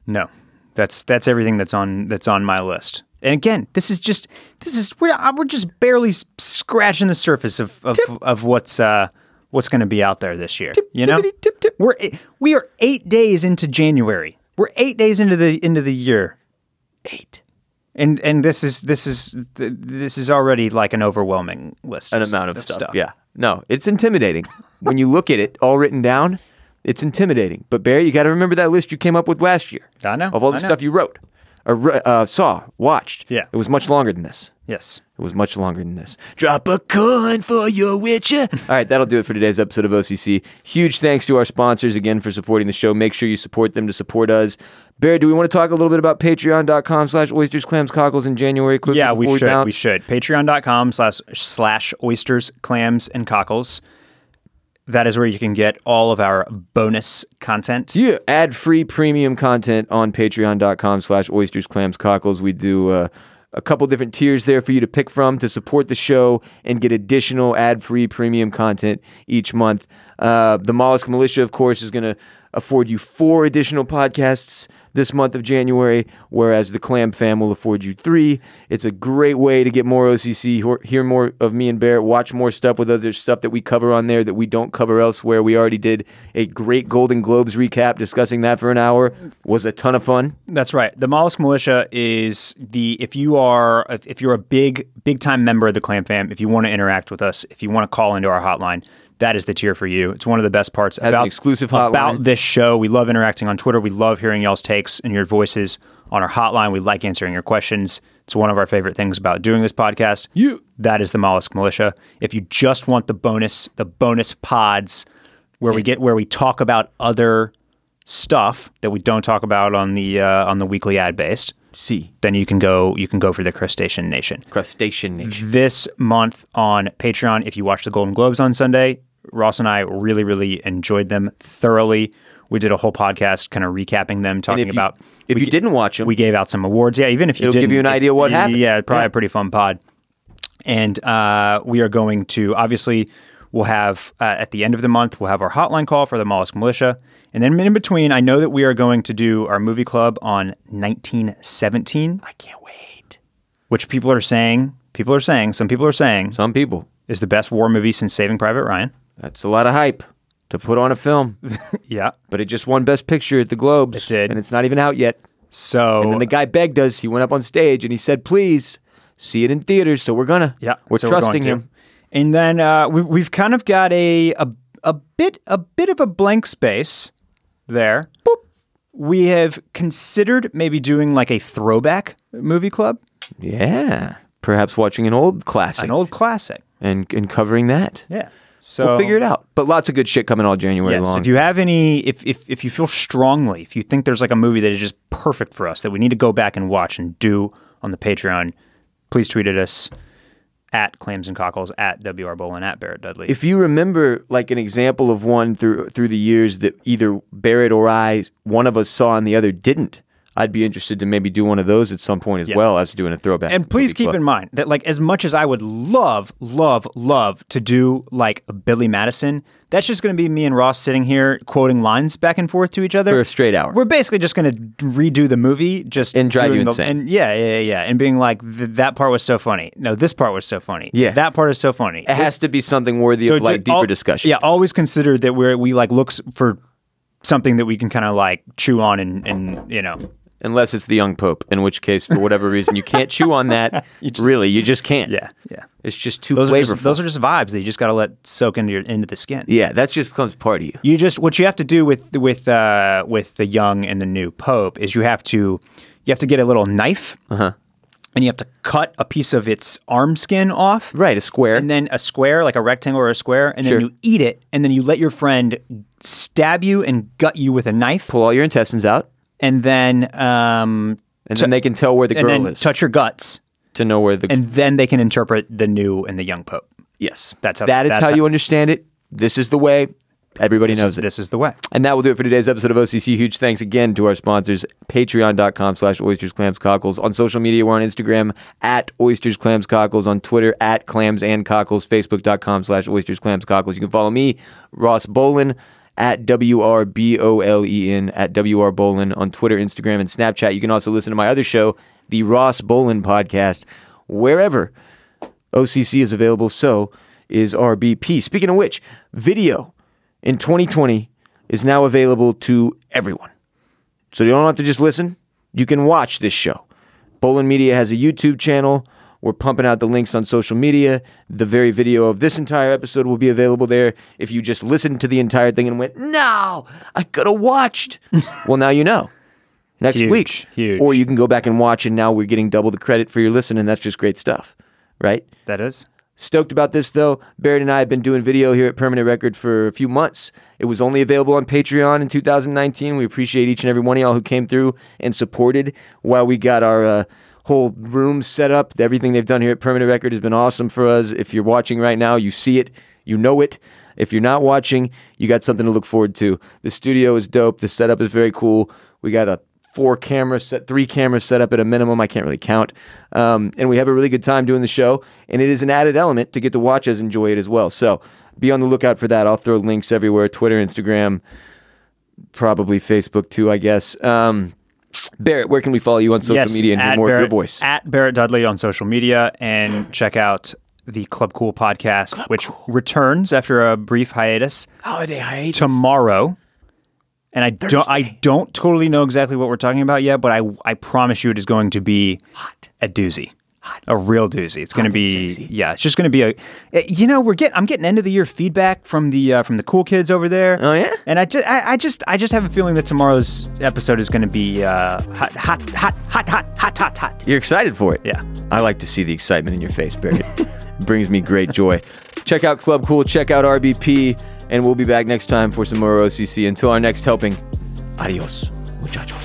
S2: No, that's that's everything that's on that's on my list. And again, this is just this is we're uh, we're just barely s- scratching the surface of of, of what's uh what's going to be out there this year. you know,
S1: tippity, tip, tip.
S2: we're e- we are eight days into January. We're eight days into the into the year. Eight. And and this is this is th- this is already like an overwhelming list.
S1: An
S2: s-
S1: amount of, stuff. Yeah. No, it's intimidating. when you look at it all written down, it's intimidating. But Barry, you got to remember that list you came up with last year.
S2: I know,
S1: Of all the
S2: I know.
S1: stuff you wrote, or, re- uh, saw, watched.
S2: Yeah.
S1: It was much longer than this.
S2: Yes.
S1: It was much longer than this. Drop a coin for your witcher. All right, that'll do it for today's episode of OCC. Huge thanks to our sponsors again for supporting the show. Make sure you support them to support us. Bear, do we want to talk a little bit about patreon.com slash oysters, clams, cockles in January? Quickly
S2: Yeah, we
S1: before
S2: should. We
S1: bounce?
S2: should. Patreon.com slash slash oysters, clams, and cockles. That is where you can get all of our bonus content.
S1: Yeah, ad free premium content on patreon.com slash oysters, clams, cockles. We do uh, a couple different tiers there for you to pick from to support the show and get additional ad free premium content each month. Uh, the Mollusk Militia, of course, is going to afford you four additional podcasts this month of January, whereas the Clam Fam will afford you three. It's a great way to get more OCC, hear- hear more of me and Bear, watch more stuff with other stuff that we cover on there that we don't cover elsewhere. We already did a great Golden Globes recap, discussing that for an hour. Was a ton of fun.
S2: That's right. The Mollusk Militia is the if you are if if you're a big big time member of the Clam Fam, if you want to interact with us, if you want to call into our hotline, that is the tier for you. It's one of the best parts
S1: an
S2: about
S1: exclusive hotline.
S2: about this show. We love interacting on Twitter. We love hearing y'all's takes and your voices on our hotline. We like answering your questions. It's one of our favorite things about doing this podcast. You. That is the Mollusk Militia. If you just want the bonus, the bonus pods where we get where we talk about other stuff that we don't talk about on the uh, on the weekly ad based,
S1: See,
S2: then you can go you can go for the Crustacean Nation.
S1: Crustacean Nation.
S2: This month on Patreon, if you watch the Golden Globes on Sunday, Ross and I really really enjoyed them thoroughly. We did a whole podcast kind of recapping them, talking
S1: If you,
S2: about
S1: if
S2: we
S1: you
S2: g-
S1: didn't watch them,
S2: we gave out some awards. Yeah, even if you
S1: It'll give
S2: didn't,
S1: you an
S2: it's-
S1: idea what happened.
S2: Yeah, probably a pretty fun pod. And uh, we are going to obviously We'll have uh, at the end of the month, we'll have our hotline call for the Mollusk Militia, and then in between, I know that we are going to do our movie club on 1917,
S1: I can't wait.
S2: which people are saying, people are saying, some people are saying,
S1: Some people.
S2: is the best war movie since Saving Private Ryan.
S1: That's a lot of hype to put on a film,
S2: Yeah.
S1: but it just won Best Picture at the Globes.
S2: It did.
S1: And it's not even out yet.
S2: So
S1: And then the guy begged us. He went up on stage and he said, please see it in theaters. So we're going to.
S2: Yeah,
S1: We're
S2: so
S1: trusting
S2: going to.
S1: him.
S2: And then uh, we, we've kind of got a, a a bit a bit of a blank space there. Boop. We have considered maybe doing like a throwback movie club,
S1: Yeah. Perhaps watching an old classic
S2: an old classic.
S1: and, and covering that.
S2: Yeah. So
S1: We'll figure it out. But lots of good shit coming all January
S2: Yes,
S1: long.
S2: if you have any, if, if if you feel strongly, if you think there's like a movie that is just perfect for us that we need to go back and watch and do on the Patreon, please tweet at us at clams and cockles at wr bolin at barrett dudley.
S1: if you remember like an example of one through through the years that either Barrett or I one of us saw and the other didn't, I'd be interested to maybe do one of those at some point as well as doing a throwback.
S2: And please keep in mind that, like, as much as I would love, love, love to do like a Billy Madison, that's just going to be me and Ross sitting here quoting lines back and forth to each other
S1: for a straight hour.
S2: We're basically just going to redo the movie, just
S1: And drive you
S2: doing the-
S1: insane.
S2: and yeah, yeah, yeah, yeah, and being like, th- that part was so funny. No, this part was so funny.
S1: Yeah.
S2: that part is so funny.
S1: it has to be something worthy of like
S2: ju-
S1: deeper
S2: al-
S1: discussion.
S2: Yeah, always consider that we're we like looks for something that we can kind of like chew on and and you know
S1: Unless it's the young pope, in which case for whatever reason you can't chew on that. really, you just can't.
S2: yeah yeah.
S1: It's just too
S2: Those are,
S1: flavorful.
S2: just, those are just vibes that you just got to let soak into your into the skin.
S1: yeah, that just becomes part of you.
S2: You just what you have to do with with uh, with the young and the new pope is you have to you have to get a little knife
S1: Uh-huh.
S2: and you have to cut a piece of its arm skin off,
S1: Right, a square.
S2: and then a square like a rectangle or a square, and
S1: Sure.
S2: then you eat it, and then you let your friend stab you and gut you with a knife,
S1: pull all your intestines out,
S2: and then um,
S1: and then they can tell where the
S2: and
S1: girl
S2: then
S1: is
S2: touch your guts,
S1: to know where the
S2: and then they can interpret the new and the young pope.
S1: Yes,
S2: That's how-
S1: That is
S2: that's
S1: how,
S2: how-
S1: you understand it. This is the way. Everybody knows it.
S2: This is the way.
S1: And that will do it for today's episode of OCC. Huge thanks again to our sponsors, patreon.com slash oysters, clams, cockles. On social media, we're on Instagram at oysters, clams, cockles. On Twitter, at clams and cockles. Facebook.com slash oysters, clams, cockles. You can follow me, Ross Bolin, at W-R-B-O-L-E-N, E at W-R Bolin on Twitter, Instagram, and Snapchat. You can also listen to my other show, the Ross Bolin Podcast, wherever OCC is available. So is RBP. Speaking of which, video in 2020 is now available to everyone. So you don't have to just listen. You can watch this show. Bolin Media has a YouTube channel. We're pumping out the links on social media. The very video of this entire episode will be available there. If you just listened to the entire thing and went, no, I could have watched. well, now you know. Next
S2: Huge,
S1: week.
S2: huge.
S1: Or you can go back and watch, and now we're getting double the credit for your listen, and that's just great stuff, right?
S2: That is.
S1: Stoked about this though. Barrett and I have been doing video here at Permanent Record for a few months. It was only available on Patreon in 2019. We appreciate each and every one of y'all who came through and supported while we got our uh, whole room set up. Everything they've done here at Permanent Record has been awesome for us. If you're watching right now, you see it, you know it. If you're not watching, you got something to look forward to. The studio is dope. The setup is very cool. We got a four cameras set, three cameras set up at a minimum. I can't really count. Um, and we have a really good time doing the show. And it is an added element to get to watch us enjoy it as well. So be on the lookout for that. I'll throw links everywhere Twitter, Instagram, probably Facebook too, I guess. Um, Barrett, where can we follow you on social media and hear
S2: at
S1: more of your
S2: Barrett-
S1: voice?
S2: At Barrett Dudley on social media and check out the Club Cool podcast, which returns after a brief hiatus
S1: Holiday hiatus.
S2: tomorrow. And I don't, I don't totally know exactly what we're talking about yet, but I, I promise you it is going to be Hot. a doozy. A real doozy. It's going to be yeah. It's just going to be a, eh, you know, we're getting I'm getting end of the year feedback from the uh, from the cool kids over there.
S1: Oh, yeah?
S2: and I just I, I just I just have a feeling that tomorrow's episode is going to be uh, hot hot hot hot hot hot hot hot.
S1: You're excited for it.
S2: Yeah.
S1: I like to see the excitement in your face, Barrett. Brings me great joy. Check out Club Cool, check out RBP, and we'll be back next time for some more OCC. Until our next helping, adios, muchachos.